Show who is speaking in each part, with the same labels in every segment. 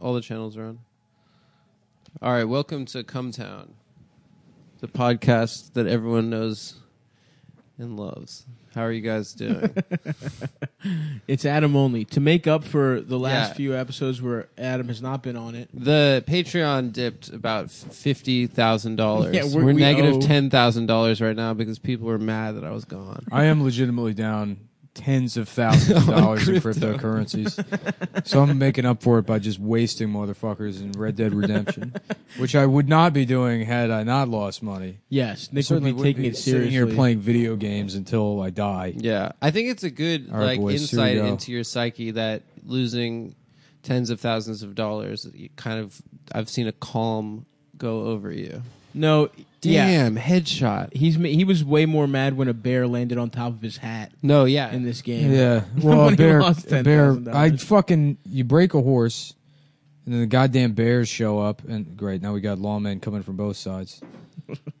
Speaker 1: All the channels are on. All right, welcome to Cumtown, the podcast that everyone knows and loves. How are you guys doing?
Speaker 2: It's Adam only. To make up for the last
Speaker 1: Yeah.
Speaker 2: few episodes where Adam has not been on it,
Speaker 1: the Patreon dipped about fifty thousand dollars.
Speaker 2: Yeah,
Speaker 1: we're,
Speaker 2: we're- we
Speaker 1: negative
Speaker 2: owe-
Speaker 1: ten thousand dollars right now because people were mad that I was gone.
Speaker 3: I am legitimately down tens of thousands of dollars in cryptocurrencies. so I'm making up for it by just wasting motherfuckers in Red Dead Redemption, which I would not be doing had I not lost money.
Speaker 2: yes, Nick would
Speaker 3: Certainly
Speaker 2: be
Speaker 3: would
Speaker 2: taking
Speaker 3: be
Speaker 2: it
Speaker 3: sitting
Speaker 2: seriously.
Speaker 3: here playing video games until I die.
Speaker 1: Yeah, I think it's a good
Speaker 3: All right,
Speaker 1: like
Speaker 3: boys, here we
Speaker 1: insight
Speaker 3: go.
Speaker 1: into your psyche that losing tens of thousands of dollars you kind of I've seen a calm go over you.
Speaker 2: no, yeah,
Speaker 1: Damn, headshot.
Speaker 2: he's ma- he was way more mad when a bear landed on top of his hat
Speaker 1: No, yeah.
Speaker 2: in this game.
Speaker 3: Yeah. Well, a
Speaker 2: When he
Speaker 3: bear,
Speaker 2: lost
Speaker 3: a bear.
Speaker 2: $10,000.
Speaker 3: I fucking you break a horse, and then the goddamn bears show up, and great. Now we got lawmen coming from both sides.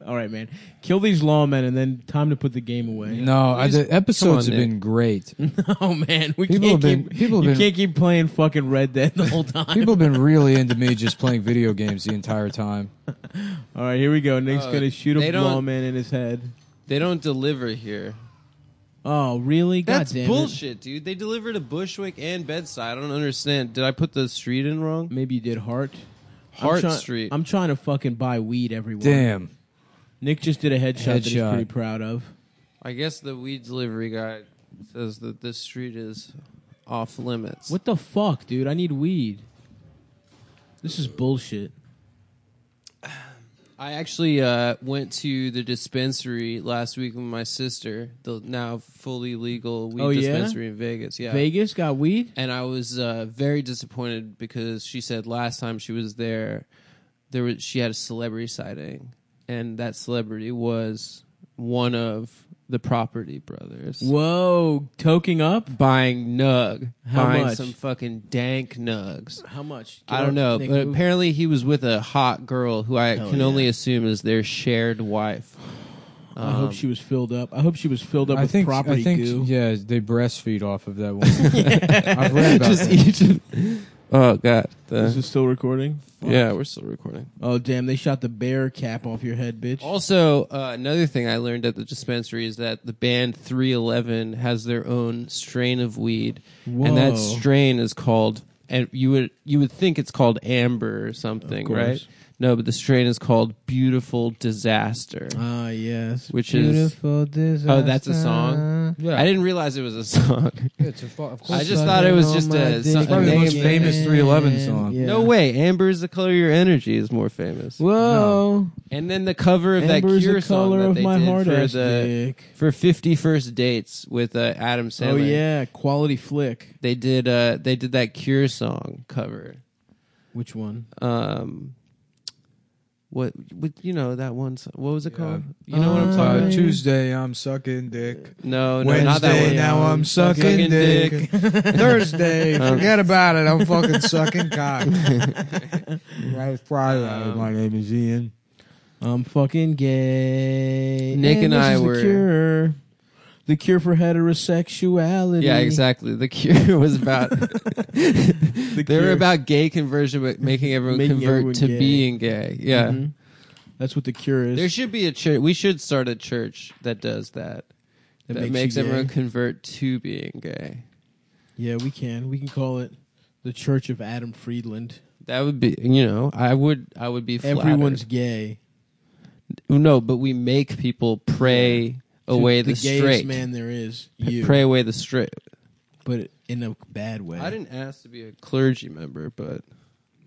Speaker 2: All right, man, kill these lawmen and then time to put the game away.
Speaker 3: No, I, the episodes
Speaker 1: come
Speaker 3: have
Speaker 1: on,
Speaker 3: been great.
Speaker 2: no, man, we
Speaker 3: People
Speaker 2: can't
Speaker 3: have been-
Speaker 2: keep
Speaker 3: people have
Speaker 2: you
Speaker 3: been-
Speaker 2: can't keep playing fucking Red Dead the whole time.
Speaker 3: People have been really into me just playing video games the entire time.
Speaker 2: All right, here we go. Nick's
Speaker 1: Oh,
Speaker 2: gonna shoot a
Speaker 1: they don't-
Speaker 2: lawman in his head.
Speaker 1: they don't deliver here.
Speaker 2: Oh, really? God
Speaker 1: That's
Speaker 2: damn it.
Speaker 1: bullshit, dude. They deliver to Bushwick and Bedside. I don't understand. Did I put the street in wrong?
Speaker 2: Maybe you did Hart.
Speaker 1: Hart
Speaker 2: I'm try-
Speaker 1: Street.
Speaker 2: I'm trying to fucking buy weed, everyone.
Speaker 3: Damn.
Speaker 2: Nick just did a headshot, that he's
Speaker 3: Headshot.
Speaker 2: pretty proud of.
Speaker 1: I guess the weed delivery guy says that this street is off limits.
Speaker 2: What the fuck, dude? I need weed. This is bullshit.
Speaker 1: I actually uh, went to the dispensary last week with my sister, the now fully legal weed
Speaker 2: Oh, yeah?
Speaker 1: dispensary in Vegas. Yeah.
Speaker 2: Vegas got weed?
Speaker 1: And I was uh, very disappointed because she said last time she was there, there was she had a celebrity sighting, and that celebrity was one of the property brothers
Speaker 2: Whoa, toking up?
Speaker 1: buying nug,
Speaker 2: How
Speaker 1: buying
Speaker 2: much?
Speaker 1: some fucking dank nugs.
Speaker 2: How much?
Speaker 1: I don't know, but apparently he was with a hot girl who I
Speaker 2: Hell
Speaker 1: can only
Speaker 2: yeah.
Speaker 1: assume is their shared wife.
Speaker 2: I
Speaker 1: um,
Speaker 2: hope she was filled up. I hope she was filled up
Speaker 3: I
Speaker 2: with
Speaker 3: think
Speaker 2: property
Speaker 3: I think
Speaker 2: goo.
Speaker 3: yeah, they breastfeed off of that one. I've read about
Speaker 1: Just
Speaker 3: that.
Speaker 1: each of- oh god, The-
Speaker 2: This is still recording.
Speaker 1: yeah, we're still recording.
Speaker 2: Oh damn! They shot the bear cap off your head, bitch.
Speaker 1: Also, uh, another thing I learned at the dispensary is that the band 311 has their own strain of weed, and
Speaker 2: Whoa.
Speaker 1: that strain is called and you would you would think it's called amber or something,
Speaker 2: course.
Speaker 1: right? No, but the strain is called beautiful disaster.
Speaker 2: Ah yes,
Speaker 1: Which is-
Speaker 2: disaster.
Speaker 1: Oh, that's a song.
Speaker 3: Yeah.
Speaker 1: I didn't realize it was a song.
Speaker 3: It's a fu- of course uh,
Speaker 1: I just thought it was just a-
Speaker 2: Dick
Speaker 1: some-
Speaker 3: probably the most
Speaker 2: again.
Speaker 3: famous 311 song.
Speaker 2: Yeah.
Speaker 1: No way, amber is the color of your energy is more famous.
Speaker 2: Whoa,
Speaker 1: And then the cover of that
Speaker 2: Amber's
Speaker 1: Cure
Speaker 2: the
Speaker 1: song
Speaker 2: color
Speaker 1: that
Speaker 2: of
Speaker 1: they
Speaker 2: my
Speaker 1: did
Speaker 2: heart.
Speaker 1: for
Speaker 2: ass
Speaker 1: the
Speaker 2: dick.
Speaker 1: for Fifty First Dates with uh, Adam Sandler.
Speaker 2: Oh yeah, quality flick.
Speaker 1: they did uh, they did that Cure song cover.
Speaker 2: Which one?
Speaker 1: Um, what with you know that one? Song, what was it
Speaker 3: Yeah.
Speaker 1: called? You know what I'm talking?
Speaker 3: Uh,
Speaker 2: about?
Speaker 3: Tuesday I'm sucking dick.
Speaker 1: No, no,
Speaker 3: Wednesday
Speaker 1: not that one.
Speaker 3: now I'm sucking,
Speaker 1: Sucking
Speaker 3: dick. Um, Thursday, forget about it. I'm fucking sucking cock. Right, Friday.
Speaker 1: Um,
Speaker 3: my name is Ian.
Speaker 2: I'm fucking gay.
Speaker 1: Nick and
Speaker 2: this
Speaker 1: I
Speaker 2: is
Speaker 1: were-
Speaker 2: the cure. The cure for heterosexuality.
Speaker 1: Yeah, exactly. The Cure was about
Speaker 2: The
Speaker 1: they were
Speaker 2: Cure.
Speaker 1: about gay conversion, but making everyone
Speaker 2: Making
Speaker 1: convert
Speaker 2: everyone
Speaker 1: to
Speaker 2: gay.
Speaker 1: being gay. Yeah,
Speaker 2: Mhm. That's what the cure is.
Speaker 1: there should be a church. We should start a church that does that. That,
Speaker 2: you
Speaker 1: makes everyone
Speaker 2: gay.
Speaker 1: convert to being gay.
Speaker 2: Yeah, we can. We can call it the Church of Adam Friedland.
Speaker 1: That would be, you know, I would, I would be. Flattered.
Speaker 2: Everyone's gay.
Speaker 1: no, but we make people pray away
Speaker 2: To
Speaker 1: the,
Speaker 2: gayest
Speaker 1: straight,
Speaker 2: man there is. You.
Speaker 1: pray away the straight.
Speaker 2: but in a bad way.
Speaker 1: I didn't ask to be a clergy member, but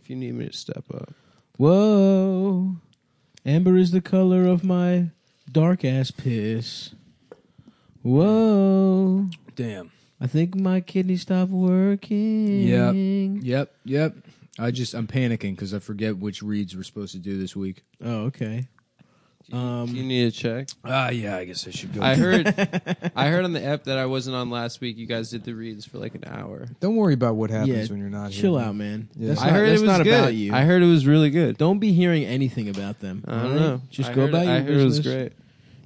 Speaker 1: if you need me to step up,
Speaker 2: Whoa. Amber is the color of my dark ass piss. Whoa.
Speaker 3: Damn.
Speaker 2: I think my kidney stopped working.
Speaker 3: Yep. Yep. I just I'm panicking because I forget which reads we're supposed to do this week.
Speaker 2: Oh, okay.
Speaker 1: do
Speaker 2: Um,
Speaker 1: you need a check?
Speaker 3: Ah, yeah. I guess I should go.
Speaker 1: I heard, I heard on the app that I wasn't on last week. You guys did the reads for like an hour.
Speaker 3: Don't worry about what happens
Speaker 2: Yeah,
Speaker 3: when you're not here.
Speaker 2: Chill out, man.
Speaker 3: Yeah.
Speaker 2: That's
Speaker 1: I
Speaker 2: not,
Speaker 1: heard
Speaker 2: that's
Speaker 1: it was
Speaker 2: not
Speaker 1: good.
Speaker 2: about you.
Speaker 1: I heard it was really good.
Speaker 2: Don't be hearing anything about them.
Speaker 1: I
Speaker 2: all
Speaker 1: don't
Speaker 2: right?
Speaker 1: know.
Speaker 2: Just
Speaker 1: I
Speaker 2: go
Speaker 1: heard,
Speaker 2: about your
Speaker 1: I heard it was
Speaker 2: business.
Speaker 1: great.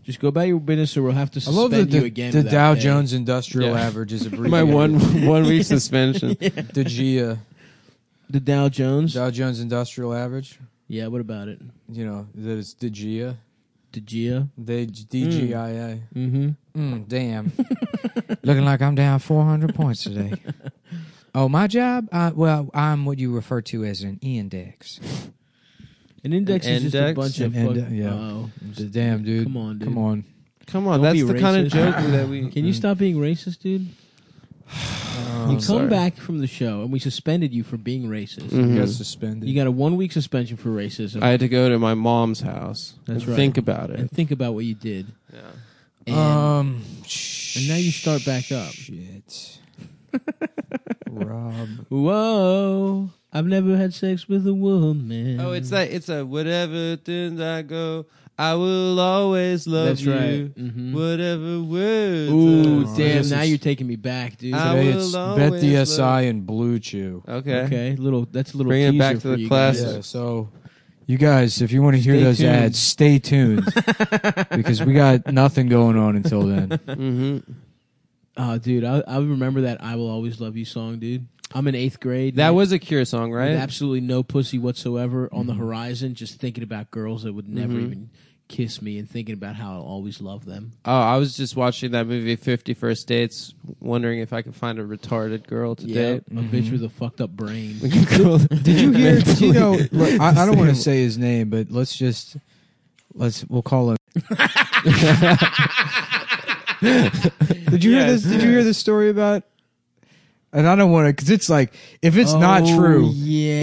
Speaker 2: Just go about your business, or we'll have to
Speaker 3: I
Speaker 2: suspend
Speaker 3: love that
Speaker 2: you
Speaker 3: the,
Speaker 2: again.
Speaker 3: the
Speaker 2: for that
Speaker 3: Dow
Speaker 2: day.
Speaker 3: Jones Industrial
Speaker 1: Yeah.
Speaker 3: Average is abbreviated.
Speaker 1: My one one week suspension.
Speaker 3: the GIA.
Speaker 2: The Dow Jones.
Speaker 3: Dow Jones Industrial Average.
Speaker 2: yeah, what about it?
Speaker 3: You know that it's DGIA.
Speaker 2: DeGia.
Speaker 3: They DGIA.
Speaker 2: Mm-hmm.
Speaker 3: Mm, damn. Looking like I'm down 400 points today. Oh, my job? Uh, well, I'm what you refer to as an index.
Speaker 2: An index
Speaker 1: An
Speaker 2: is just a
Speaker 1: index?
Speaker 2: bunch
Speaker 3: An
Speaker 2: of fuck-
Speaker 3: inde- yeah.
Speaker 2: Oh.
Speaker 3: Damn, dude.
Speaker 2: Come on, dude.
Speaker 3: Come on.
Speaker 1: Come on,
Speaker 2: Don't
Speaker 1: that's
Speaker 2: be
Speaker 1: the kind of
Speaker 2: racist.
Speaker 1: joke that we. Oh,
Speaker 2: Can you stop being racist, dude? you
Speaker 1: I'm
Speaker 2: come
Speaker 1: sorry.
Speaker 2: back from the show and we suspended you for being racist.
Speaker 1: Mhm.
Speaker 3: You got suspended.
Speaker 2: mm-hmm. You got a one week suspension for racism.
Speaker 1: I had to go to my mom's house.
Speaker 2: That's
Speaker 1: and
Speaker 2: right.
Speaker 1: Think about it.
Speaker 2: and think about what you did.
Speaker 1: Yeah.
Speaker 2: And,
Speaker 1: Uh,
Speaker 3: um,
Speaker 2: and now you start back up.
Speaker 3: Shit. Rob.
Speaker 2: Whoa. I've never had sex with a woman.
Speaker 1: Oh, it's that. It's a whatever things I go, I will always love
Speaker 2: That's
Speaker 1: you. Mm-hmm.
Speaker 2: right. Mhm.
Speaker 1: Whatever words.
Speaker 2: Ooh,
Speaker 1: I-
Speaker 3: Oh,
Speaker 2: damn!
Speaker 3: this
Speaker 2: Now
Speaker 3: is-
Speaker 2: you're taking me back, dude.
Speaker 1: I
Speaker 3: Today
Speaker 1: will
Speaker 3: it's Bet
Speaker 1: always
Speaker 3: the SI
Speaker 1: love-
Speaker 3: and Blue Chew.
Speaker 1: Ah, Okay.
Speaker 2: okay, little. That's a little.
Speaker 1: Bringing it
Speaker 2: teaser
Speaker 1: back to
Speaker 2: for
Speaker 1: the
Speaker 2: you
Speaker 1: class.
Speaker 2: guys.
Speaker 1: Yeah.
Speaker 3: Yeah, so you guys, if you want to hear
Speaker 2: Stay
Speaker 3: those
Speaker 2: tuned.
Speaker 3: ads, stay tuned because we got nothing going on until then.
Speaker 1: hmm
Speaker 2: Oh, dude, I, I remember that "I Will Always Love You" song, dude. I'm in eighth grade.
Speaker 1: That
Speaker 2: dude,
Speaker 1: was a Cure song,
Speaker 2: with
Speaker 1: right?
Speaker 2: absolutely no pussy whatsoever on the horizon. Just thinking about girls that would never
Speaker 3: Mm-hmm.
Speaker 1: Mhm.
Speaker 2: even kiss me, and thinking about how I'll always love them.
Speaker 1: Oh, I was just watching that movie Fifty First Dates, wondering if I could find a retarded girl to date.
Speaker 2: Yep, a
Speaker 3: Mm-hmm.
Speaker 2: bitch with a fucked up brain.
Speaker 3: Did you hear? you know, look, I, I don't want to say his name, but let's just let's we'll call him. Did you hear this? Did you hear this story about? And I don't want to because it's like if it's not
Speaker 2: Oh,
Speaker 3: true,
Speaker 2: yeah.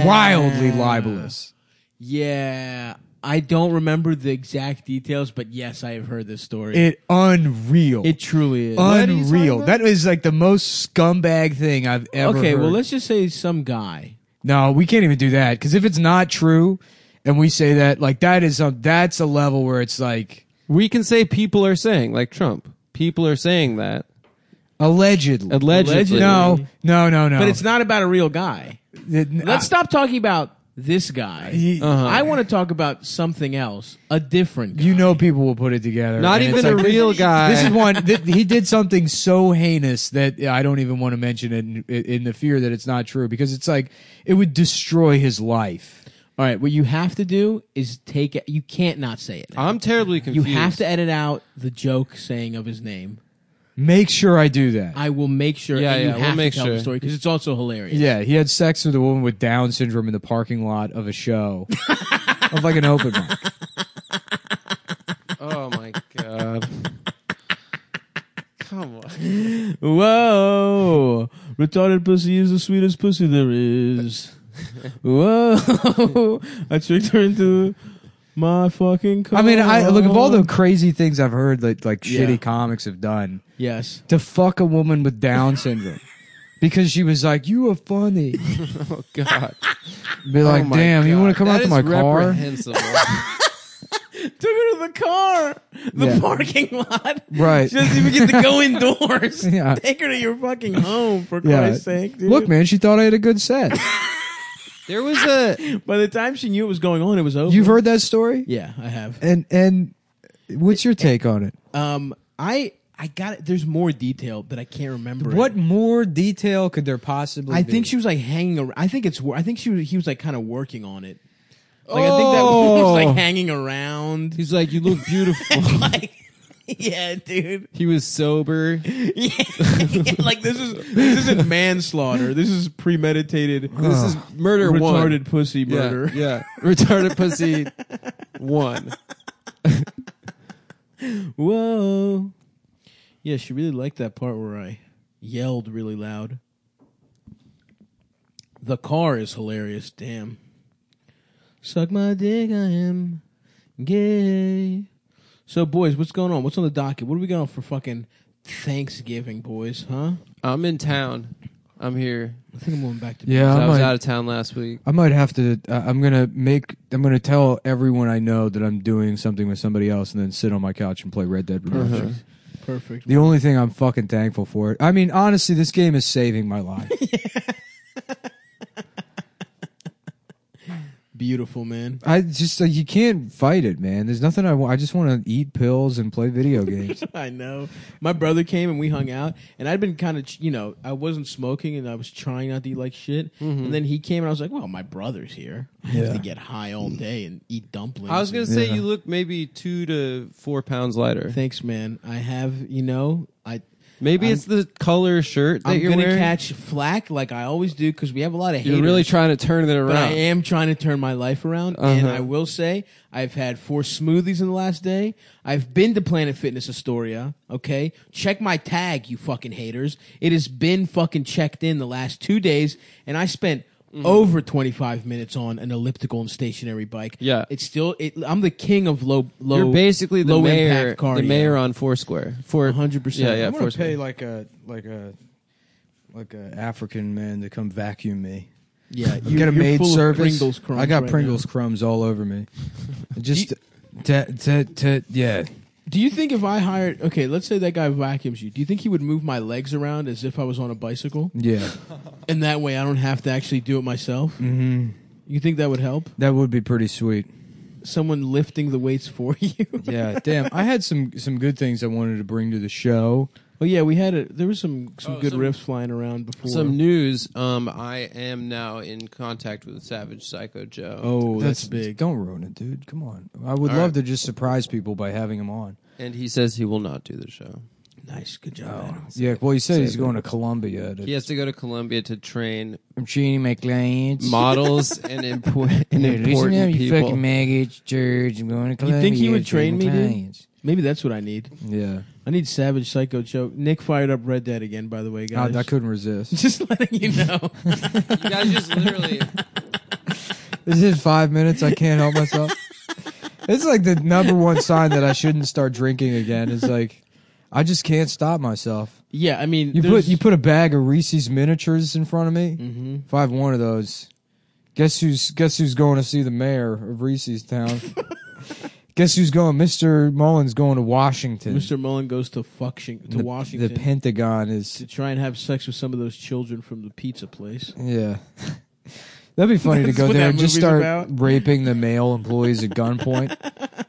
Speaker 3: it's wildly libelous.
Speaker 2: Yeah, I don't remember the exact details, but yes, I have heard this story.
Speaker 3: It unreal.
Speaker 2: It truly is.
Speaker 1: are you
Speaker 3: unreal.
Speaker 1: talking
Speaker 3: That is like the most scumbag thing I've ever.
Speaker 2: okay, well,
Speaker 3: heard. Oh.
Speaker 2: let's just say some guy.
Speaker 3: No, we can't even do that because if it's not true, and we say that, like that is a that's a level where it's like
Speaker 1: We can say people are saying, like Trump. People are saying that
Speaker 3: allegedly.
Speaker 1: allegedly.
Speaker 2: Allegedly.
Speaker 3: no, no, no, no.
Speaker 2: But it's not about a real guy.
Speaker 3: It- n-
Speaker 2: Let's
Speaker 3: I-
Speaker 2: stop talking about this guy.
Speaker 3: Ah. He- Uh-huh.
Speaker 2: I want to talk about something else, a different guy.
Speaker 3: you know, people will put it together.
Speaker 1: Not
Speaker 3: and
Speaker 1: even
Speaker 3: it's
Speaker 1: a
Speaker 3: like,
Speaker 1: real
Speaker 3: this,
Speaker 1: guy.
Speaker 3: This is one. Th- he did something so heinous that I don't even want to mention it in, in the fear that it's not true because it's like it would destroy his life.
Speaker 2: All right, what you have to do is take it. You can't not say it.
Speaker 1: I'm terribly
Speaker 2: you
Speaker 1: confused.
Speaker 2: have to edit out the joke saying of his name.
Speaker 3: Make sure I do that.
Speaker 2: I will make sure.
Speaker 1: Yeah,
Speaker 2: and you
Speaker 1: yeah,
Speaker 2: have
Speaker 1: we'll make
Speaker 2: to tell
Speaker 1: sure.
Speaker 2: the story because it's also hilarious.
Speaker 3: Yeah, he had sex with a woman with Down syndrome in the parking lot of a show, of like an open mic.
Speaker 1: Oh my god. Come on.
Speaker 2: Whoa! Retarded pussy is the sweetest pussy there is. Whoa! I tricked her into my fucking car.
Speaker 3: I mean, I look of all the crazy things I've heard that like
Speaker 2: Yeah.
Speaker 3: shitty comics have done
Speaker 2: Yes.
Speaker 3: to fuck a woman with Down syndrome because she was like, "You are funny."
Speaker 1: Oh god.
Speaker 3: Be like,
Speaker 1: oh my
Speaker 3: "Damn, you
Speaker 1: God.
Speaker 3: want to come
Speaker 1: That
Speaker 3: out to
Speaker 1: is
Speaker 3: my car?"
Speaker 1: reprehensible.
Speaker 2: Took her to the car! The
Speaker 3: Yeah.
Speaker 2: parking lot!
Speaker 3: Right.
Speaker 2: She doesn't even get to go indoors!
Speaker 3: Yeah.
Speaker 2: Take her to your fucking home, for
Speaker 3: Yeah.
Speaker 2: Christ's sake, dude.
Speaker 3: Look, man, she thought I had a good set.
Speaker 1: there was a
Speaker 2: By the time she knew it was going on, it was over.
Speaker 3: You've heard that story,
Speaker 2: yeah, I have.
Speaker 3: and and what's your take on it?
Speaker 2: Um, I. I got it. There's more detail, but I can't remember. it.
Speaker 3: What more detail could there possibly?
Speaker 2: I
Speaker 3: be?
Speaker 2: think she was like hanging around. I think it's. wor- I think she was. He was like kind of working on it. Like I think that
Speaker 3: Oh.
Speaker 2: was like hanging around.
Speaker 1: He's like, You look beautiful.
Speaker 2: like, yeah, dude.
Speaker 1: he was sober.
Speaker 2: Yeah. like this is this isn't manslaughter. This is premeditated.
Speaker 1: This is murder
Speaker 2: retarded
Speaker 1: one.
Speaker 2: pussy
Speaker 1: Yeah,
Speaker 2: murder.
Speaker 1: Yeah. Retarded pussy one.
Speaker 2: Whoa. Yeah, she really liked that part where I yelled really loud. The car is hilarious, damn. Suck my dick, I am gay. So, boys, what's going on? What's on the docket? What are we going for fucking Thanksgiving, boys, huh?
Speaker 1: I'm in town. I'm here.
Speaker 2: I think I'm going back to
Speaker 3: Yeah,
Speaker 1: 'Cause I
Speaker 3: I'm
Speaker 1: was
Speaker 3: like-
Speaker 1: out of town last week.
Speaker 3: I might have to. Uh, I'm gonna make. I'm gonna tell everyone I know that I'm doing something with somebody else, and then sit on my couch and play Red Dead
Speaker 2: Uh-huh.
Speaker 3: Redemption.
Speaker 2: Perfect.
Speaker 3: The only thing I'm fucking thankful for. I mean, honestly, this game is saving my life.
Speaker 2: Beautiful, man.
Speaker 3: I just like, you can't fight it, man. There's nothing I want. I just want to eat pills and play video games.
Speaker 2: I know. My brother came and we hung out, and I'd been kind of, you know, I wasn't smoking and I was trying not to eat like shit.
Speaker 1: Mm-hmm.
Speaker 2: And then he came and I was like, well, my brother's here. I have to get high all day and eat dumplings.
Speaker 1: I was
Speaker 2: and-
Speaker 1: gonna say
Speaker 3: Yeah.
Speaker 1: you look maybe two to four pounds lighter.
Speaker 2: Thanks, man. I have, you know, I.
Speaker 1: Maybe it's the color shirt that
Speaker 2: I'm
Speaker 1: you're
Speaker 2: gonna
Speaker 1: wearing.
Speaker 2: catch flack like I always do because we have a lot of haters.
Speaker 1: you're really trying to turn it around.
Speaker 2: but I am trying to turn my life around, and
Speaker 1: Uh-huh.
Speaker 2: I will say I've had four smoothies in the last day. I've been to Planet Fitness Astoria. Okay, check my tag, you fucking haters. It has been fucking checked in the last two days, and I spent
Speaker 1: Mm.
Speaker 2: over 25 minutes on an elliptical and stationary bike.
Speaker 1: Yeah.
Speaker 2: it's still. It, I'm the king of low low.
Speaker 1: You're basically the
Speaker 2: low
Speaker 1: mayor,
Speaker 2: impact cardio.
Speaker 1: the mayor on Foursquare. For
Speaker 2: 100%.
Speaker 1: yeah, yeah.
Speaker 2: I'm
Speaker 3: I'm gonna
Speaker 1: Foursquare.
Speaker 3: pay like a like a like a African man to come vacuum me.
Speaker 2: Yeah,
Speaker 3: You, get
Speaker 2: you're
Speaker 3: a maid
Speaker 2: full of
Speaker 3: service.
Speaker 2: Pringles crumbs
Speaker 3: I got
Speaker 2: right now.
Speaker 3: Pringles crumbs all over me. Just to, to, to, yeah.
Speaker 2: Do you think if I hired okay, let's say that guy vacuums you, do you think he would move my legs around as if I was on a bicycle?
Speaker 3: Yeah.
Speaker 2: And that way I don't have to actually do it myself?
Speaker 3: hmm
Speaker 2: You think that would help?
Speaker 3: That would be pretty sweet.
Speaker 2: Someone lifting the weights for you?
Speaker 3: Yeah. Damn. I had some some good things I wanted to bring to the show.
Speaker 2: oh yeah, we had a there was some some
Speaker 1: Oh,
Speaker 2: good
Speaker 1: some-
Speaker 2: riffs flying around before.
Speaker 1: Some news. Um, I am now in contact with Savage Psycho Joe.
Speaker 2: oh, that's, big.
Speaker 3: Don't ruin it, dude. Come on. I would
Speaker 1: All
Speaker 3: love
Speaker 1: right.
Speaker 3: to just surprise people by having him on.
Speaker 1: and he says he will not do the show.
Speaker 2: Nice, good job.
Speaker 3: Oh,
Speaker 2: Adam.
Speaker 3: yeah. Well, he said he's
Speaker 2: Save it.
Speaker 3: going to Colombia.
Speaker 1: He
Speaker 3: To
Speaker 1: has to go to Colombia to train
Speaker 3: Genie McLean.
Speaker 1: models and, impor- and important people.
Speaker 3: maggots, church. I'm going to
Speaker 2: You think he would train me, dude? Maybe that's what I need.
Speaker 3: Yeah.
Speaker 2: I need Savage Psycho Joe. Nick fired up Red Dead again, by the way, guys.
Speaker 3: I couldn't resist.
Speaker 2: Just letting you know.
Speaker 1: You guys just literally.
Speaker 3: This is five minutes. I can't help myself. It's like the number one sign that I shouldn't start drinking again. It's like I just can't stop myself.
Speaker 2: yeah, I mean
Speaker 3: You
Speaker 2: there's-
Speaker 3: put you put a bag of Reese's miniatures in front of me.
Speaker 2: Mhm.
Speaker 3: If I have one of those, guess who's guess who's going to see the mayor of Reese's town? guess who's going? Mister Mullen's going to Washington.
Speaker 2: Mr. Mullen goes to fucking to
Speaker 3: The-
Speaker 2: Washington.
Speaker 3: The Pentagon
Speaker 2: to
Speaker 3: is
Speaker 2: try and have sex with some of those children from the pizza place.
Speaker 3: yeah. That'd be funny to
Speaker 2: That's
Speaker 3: go
Speaker 2: what
Speaker 3: there
Speaker 2: that
Speaker 3: and just
Speaker 2: movie's
Speaker 3: start
Speaker 2: about.
Speaker 3: raping the male employees at gunpoint.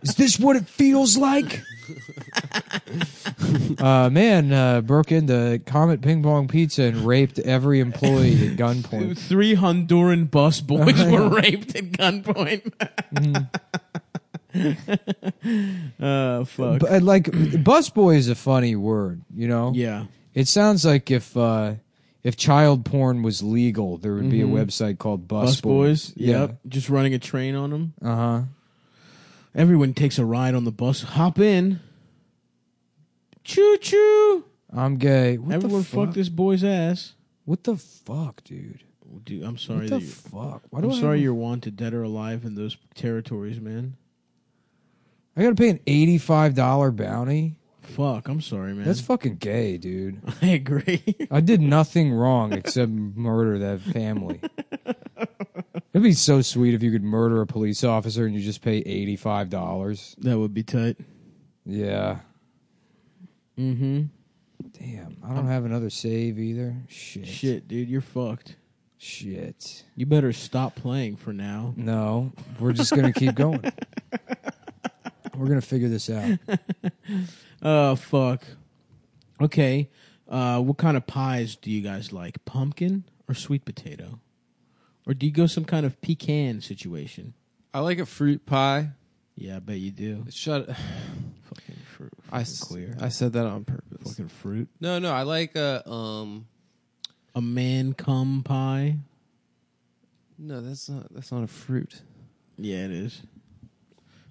Speaker 3: is this what it feels like? uh, man uh, broke into Comet Ping Pong Pizza and raped every employee at gunpoint.
Speaker 2: Three Honduran bus boys were raped at gunpoint. uh, fuck.
Speaker 3: But like, busboy is a funny word, you know.
Speaker 2: yeah.
Speaker 3: It sounds like if uh, if child porn was legal, there would be a website called Busboys.
Speaker 2: Mm-hmm. Bus boys.
Speaker 3: Yeah.
Speaker 2: Yep. Just running a train on them.
Speaker 3: Uh huh.
Speaker 2: Everyone takes a ride on the bus. Hop in. Choo choo.
Speaker 3: I'm gay. What
Speaker 2: Everyone
Speaker 3: the fuck?
Speaker 2: fuck this boy's ass.
Speaker 3: What the fuck, dude?
Speaker 2: Dude, I'm sorry.
Speaker 3: What the
Speaker 2: That you,
Speaker 3: fuck? Why do
Speaker 2: I'm
Speaker 3: I
Speaker 2: sorry
Speaker 3: have-
Speaker 2: you're wanted dead or alive in those territories, man.
Speaker 3: I gotta pay an eighty-five dollar bounty.
Speaker 2: Fuck. I'm sorry, man.
Speaker 3: That's fucking gay, dude.
Speaker 2: I agree.
Speaker 3: I did nothing wrong except murder that family. It'd be so sweet if you could murder a police officer and you just pay eighty-five dollars.
Speaker 2: that would be tight.
Speaker 3: Yeah.
Speaker 2: Mm-hmm.
Speaker 3: Damn, I don't have another save either. Shit.
Speaker 2: Shit, dude, you're fucked.
Speaker 3: Shit.
Speaker 2: You better stop playing for now.
Speaker 3: No, we're just gonna keep going. We're gonna figure this out.
Speaker 2: Oh fuck. Okay. Uh, what kind of pies do you guys like? Pumpkin or sweet potato? Or do you go some kind of pecan situation?
Speaker 1: I like a fruit pie.
Speaker 2: Yeah, I bet you do.
Speaker 1: Shut.
Speaker 2: Fucking fruit.
Speaker 1: I
Speaker 2: Fucking
Speaker 1: s-
Speaker 2: clear.
Speaker 1: I said that on purpose.
Speaker 2: fucking fruit.
Speaker 1: No, no, I like a um.
Speaker 2: A man cum pie.
Speaker 1: No, that's not that's not a fruit.
Speaker 2: Yeah, it is.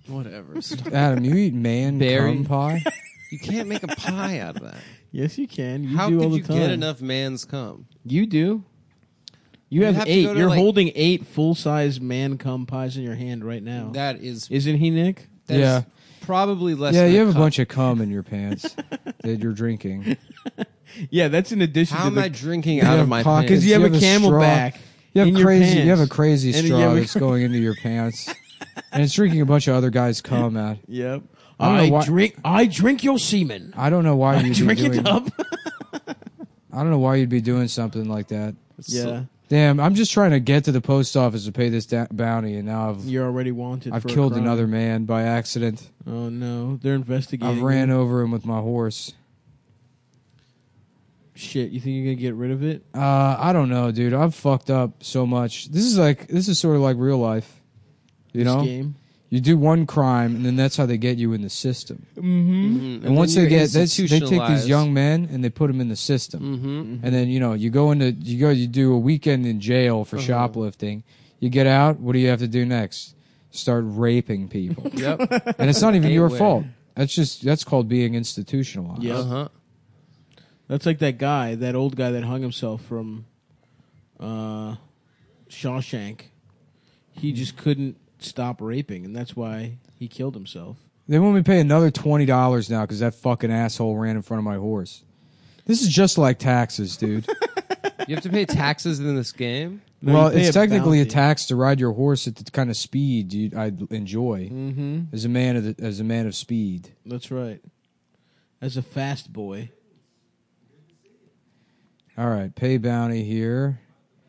Speaker 1: Whatever. Stop.
Speaker 3: Adam, you eat man
Speaker 1: Berry.
Speaker 3: cum pie?
Speaker 1: you can't make a pie out of that.
Speaker 2: Yes, you can. You
Speaker 1: How
Speaker 2: do all
Speaker 1: could
Speaker 2: the
Speaker 1: you
Speaker 2: time.
Speaker 1: get enough man's cum?
Speaker 2: You do. You,
Speaker 1: You'd
Speaker 2: have,
Speaker 1: have to
Speaker 2: eight.
Speaker 1: go to,
Speaker 2: You're
Speaker 1: like-
Speaker 2: holding eight full size man cum pies in your hand right now.
Speaker 1: That is,
Speaker 2: Isn't he, Nick?
Speaker 1: that is
Speaker 3: Yeah.
Speaker 1: probably less.
Speaker 3: yeah,
Speaker 1: than
Speaker 3: you have a
Speaker 1: cup.
Speaker 3: bunch of cum in your pants that you're drinking.
Speaker 2: Yeah, that's in addition
Speaker 1: How
Speaker 2: to
Speaker 1: am
Speaker 2: the
Speaker 1: I drinking
Speaker 3: You
Speaker 1: out of
Speaker 3: have
Speaker 1: my
Speaker 3: pockets.
Speaker 1: pants?
Speaker 2: because you have
Speaker 3: You
Speaker 2: a
Speaker 3: have a straw.
Speaker 2: camelback.
Speaker 3: You have
Speaker 2: In your
Speaker 3: crazy. You have a
Speaker 2: pants.
Speaker 3: crazy
Speaker 2: And you
Speaker 3: straw
Speaker 2: have a-
Speaker 3: that's going into your pants, and it's drinking a bunch of other guys' cum out.
Speaker 2: Yep.
Speaker 3: I don't know why-
Speaker 2: drink. I drink your semen.
Speaker 3: I don't know why you'd be doing.
Speaker 2: up.
Speaker 3: I don't know why you'd be doing something like that.
Speaker 1: It's
Speaker 2: Yeah.
Speaker 3: Damn, I'm just trying to get to the post office to pay this da- bounty, and now I've
Speaker 2: You're already wanted.
Speaker 3: I've
Speaker 2: for a
Speaker 3: killed
Speaker 2: crime.
Speaker 3: another man by accident.
Speaker 2: Oh no, they're investigating.
Speaker 3: I've ran
Speaker 2: you.
Speaker 3: over him with my horse.
Speaker 2: Shit, you think you're gonna get rid of it?
Speaker 3: Uh, I don't know, dude. I've fucked up so much. This is like this is sort of like real life. You
Speaker 2: this
Speaker 3: know,
Speaker 2: game.
Speaker 3: you do one crime, and then that's how they get you in the system.
Speaker 2: Mm-hmm.
Speaker 3: And, once they get that's, they take these young
Speaker 1: men.
Speaker 3: men and they put them in the system.
Speaker 1: Mm-hmm.
Speaker 3: And then you know you go into you go you do a weekend in jail for
Speaker 1: Uh-huh.
Speaker 3: shoplifting. You get out. What do you have to do next? Start raping people,
Speaker 1: Yep.
Speaker 3: and it's not even your
Speaker 1: Gateway.
Speaker 3: fault. That's just that's called being institutionalized.
Speaker 2: Yeah.
Speaker 1: Uh huh.
Speaker 2: That's like that guy, that old guy that hung himself from uh, Shawshank. He just couldn't stop raping, and that's why he killed himself.
Speaker 3: They want me to pay another twenty dollars now because that fucking asshole ran in front of my horse. This is just like taxes, dude.
Speaker 1: You have to pay taxes in this game.
Speaker 2: No, you
Speaker 3: well,
Speaker 2: pay
Speaker 3: it's
Speaker 2: a
Speaker 3: technically a
Speaker 2: bounty.
Speaker 3: tax to ride your horse at the kind of speed you, I enjoy
Speaker 2: Mm-hmm.
Speaker 3: as a man of the, as a man of speed.
Speaker 2: That's right. As a fast boy,
Speaker 3: All right, pay bounty here.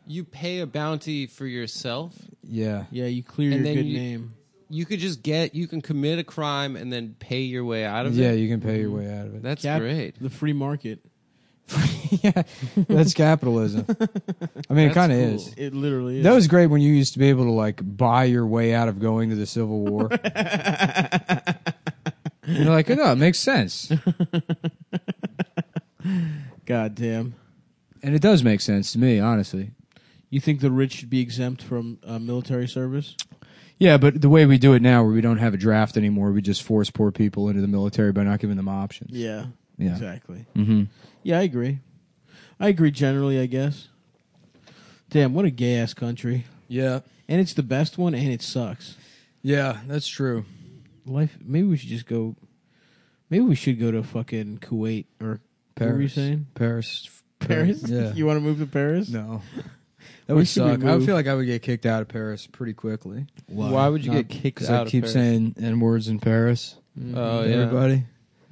Speaker 1: You pay a bounty for yourself.
Speaker 3: Yeah,
Speaker 2: yeah, you clear
Speaker 1: And
Speaker 2: your
Speaker 1: then
Speaker 2: good
Speaker 1: you-
Speaker 2: name.
Speaker 1: You could just get. You can commit a crime and then pay your way out of
Speaker 3: yeah,
Speaker 1: it.
Speaker 3: you can pay your way out of it.
Speaker 1: That's
Speaker 2: Cap-
Speaker 1: great.
Speaker 2: The free market.
Speaker 3: yeah, that's capitalism. I mean, it
Speaker 1: That's
Speaker 3: kind of
Speaker 1: cool.
Speaker 3: is.
Speaker 2: It literally is.
Speaker 3: That was great when you used to be able to like buy your way out of going to the Civil War. And you're like, "Oh, no, it makes sense,
Speaker 2: goddamn.
Speaker 3: and it does make sense to me, honestly.
Speaker 2: You think the rich should be exempt from uh, military service?
Speaker 3: Yeah, but the way we do it now, where we don't have a draft anymore, we just force poor people into the military by not giving them options.
Speaker 2: Yeah,
Speaker 3: Yeah.
Speaker 2: exactly.
Speaker 3: Mm-hmm.
Speaker 2: Yeah, I agree. I agree generally, I guess. Damn, what a gay ass country.
Speaker 3: Yeah,
Speaker 2: And it's the best one and it sucks.
Speaker 3: yeah, that's true.
Speaker 2: Life maybe we should just go maybe we should go to fucking Kuwait or
Speaker 3: Paris.
Speaker 2: What were you saying?
Speaker 3: Paris.
Speaker 2: Paris?
Speaker 3: Yeah.
Speaker 2: you want to move to Paris?
Speaker 3: no. That
Speaker 2: Where
Speaker 3: would
Speaker 2: should we
Speaker 3: suck. I would
Speaker 2: move?
Speaker 3: feel like I would get kicked out of Paris pretty quickly.
Speaker 1: Why, would you get
Speaker 3: Not-
Speaker 1: kicked
Speaker 3: Because
Speaker 1: out?
Speaker 3: I
Speaker 1: of
Speaker 3: keep
Speaker 1: Paris?
Speaker 3: saying n words in Paris.
Speaker 2: Uh,
Speaker 1: Oh,
Speaker 3: to
Speaker 1: yeah.
Speaker 3: Everybody.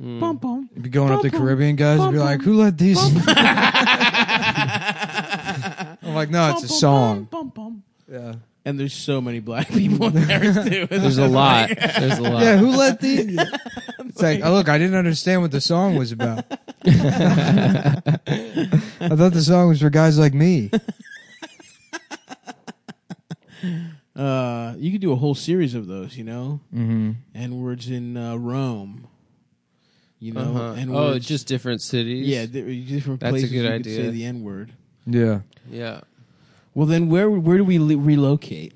Speaker 1: Mm.
Speaker 2: Bum, bum.
Speaker 3: You'd be going up the
Speaker 2: Bum, bum,
Speaker 3: Caribbean guys would be
Speaker 2: bum,
Speaker 3: like, "Who let these?"
Speaker 2: I'm
Speaker 3: I'm like, "No, it's a song."
Speaker 2: Bum, bum.
Speaker 3: Yeah.
Speaker 2: And there's so many black people in Paris too.
Speaker 1: There's a lot. There's a lot.
Speaker 3: Yeah. Who let these? It's like, oh, look, I didn't understand what the song was about. I thought the song was for guys like me.
Speaker 2: Uh, you could do a whole series of those, you know?
Speaker 3: Mm-hmm.
Speaker 2: N words in uh, Rome. You know,
Speaker 1: Uh-huh.
Speaker 2: N
Speaker 1: Oh,
Speaker 2: words.
Speaker 1: just different cities.
Speaker 2: yeah, there are different
Speaker 1: That's a
Speaker 2: places
Speaker 1: good
Speaker 2: you
Speaker 1: idea.
Speaker 2: could say the N word.
Speaker 3: Yeah.
Speaker 1: yeah.
Speaker 2: Well, then where where do we li- relocate?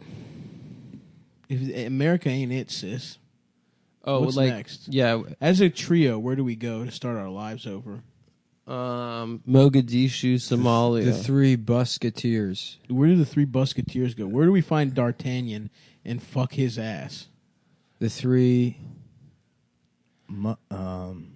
Speaker 2: If America ain't it, sis.
Speaker 1: Oh,
Speaker 2: What's
Speaker 1: like
Speaker 2: next?
Speaker 1: yeah.
Speaker 2: As a trio, where do we go to start our lives over?
Speaker 1: Um, Mogadishu, Somalia.
Speaker 3: The three Busketeers.
Speaker 2: Where do the three Busketeers go? Where do we find D'Artagnan and fuck his ass?
Speaker 3: The three. Mu- um,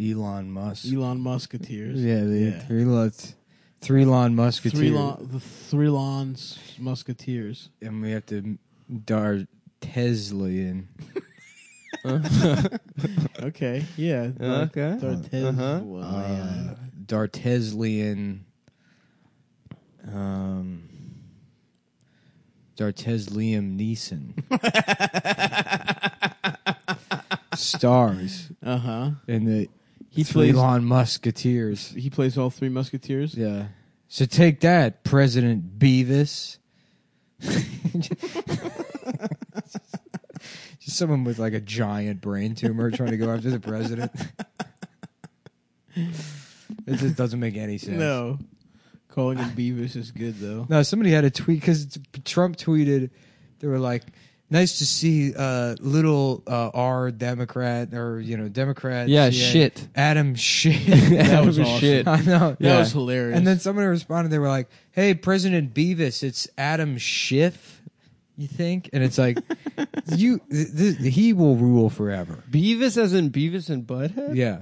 Speaker 3: Elon Musk.
Speaker 2: Elon Musketeers.
Speaker 3: Yeah. The
Speaker 2: Yeah.
Speaker 3: three lot. Three Elon Musketeers.
Speaker 2: Three lon, the three lons musketeers.
Speaker 3: and we have to dar Teslian.
Speaker 2: Okay, yeah.
Speaker 1: Okay.
Speaker 2: D'Artagnan.
Speaker 3: uh, Darteslian, um, Darteslium Neeson stars
Speaker 2: Uh huh.
Speaker 3: in the
Speaker 2: He
Speaker 3: three
Speaker 2: plays.
Speaker 3: Elon Musketeers.
Speaker 2: He plays all three musketeers.
Speaker 3: Yeah. So take that, President Beavis. Just someone with like a giant brain tumor trying to go after the president. it just doesn't make any sense.
Speaker 2: No. Calling him Beavis is good though.
Speaker 3: No, somebody had a tweet because Trump tweeted. They were like, "Nice to see uh, little uh, R Democrat or you know Democrat."
Speaker 1: Yeah,
Speaker 3: CA,
Speaker 1: shit.
Speaker 3: Adam shit.
Speaker 1: That
Speaker 2: was
Speaker 1: was
Speaker 2: awesome.
Speaker 1: shit.
Speaker 3: I know.
Speaker 2: That
Speaker 1: Yeah.
Speaker 2: was hilarious.
Speaker 3: And then somebody responded. They were like, "Hey, President Beavis, it's Adam Schiff." You think? And it's like, you, th- th- he will rule forever.
Speaker 1: Beavis as in Beavis and Butthead.
Speaker 3: Yeah.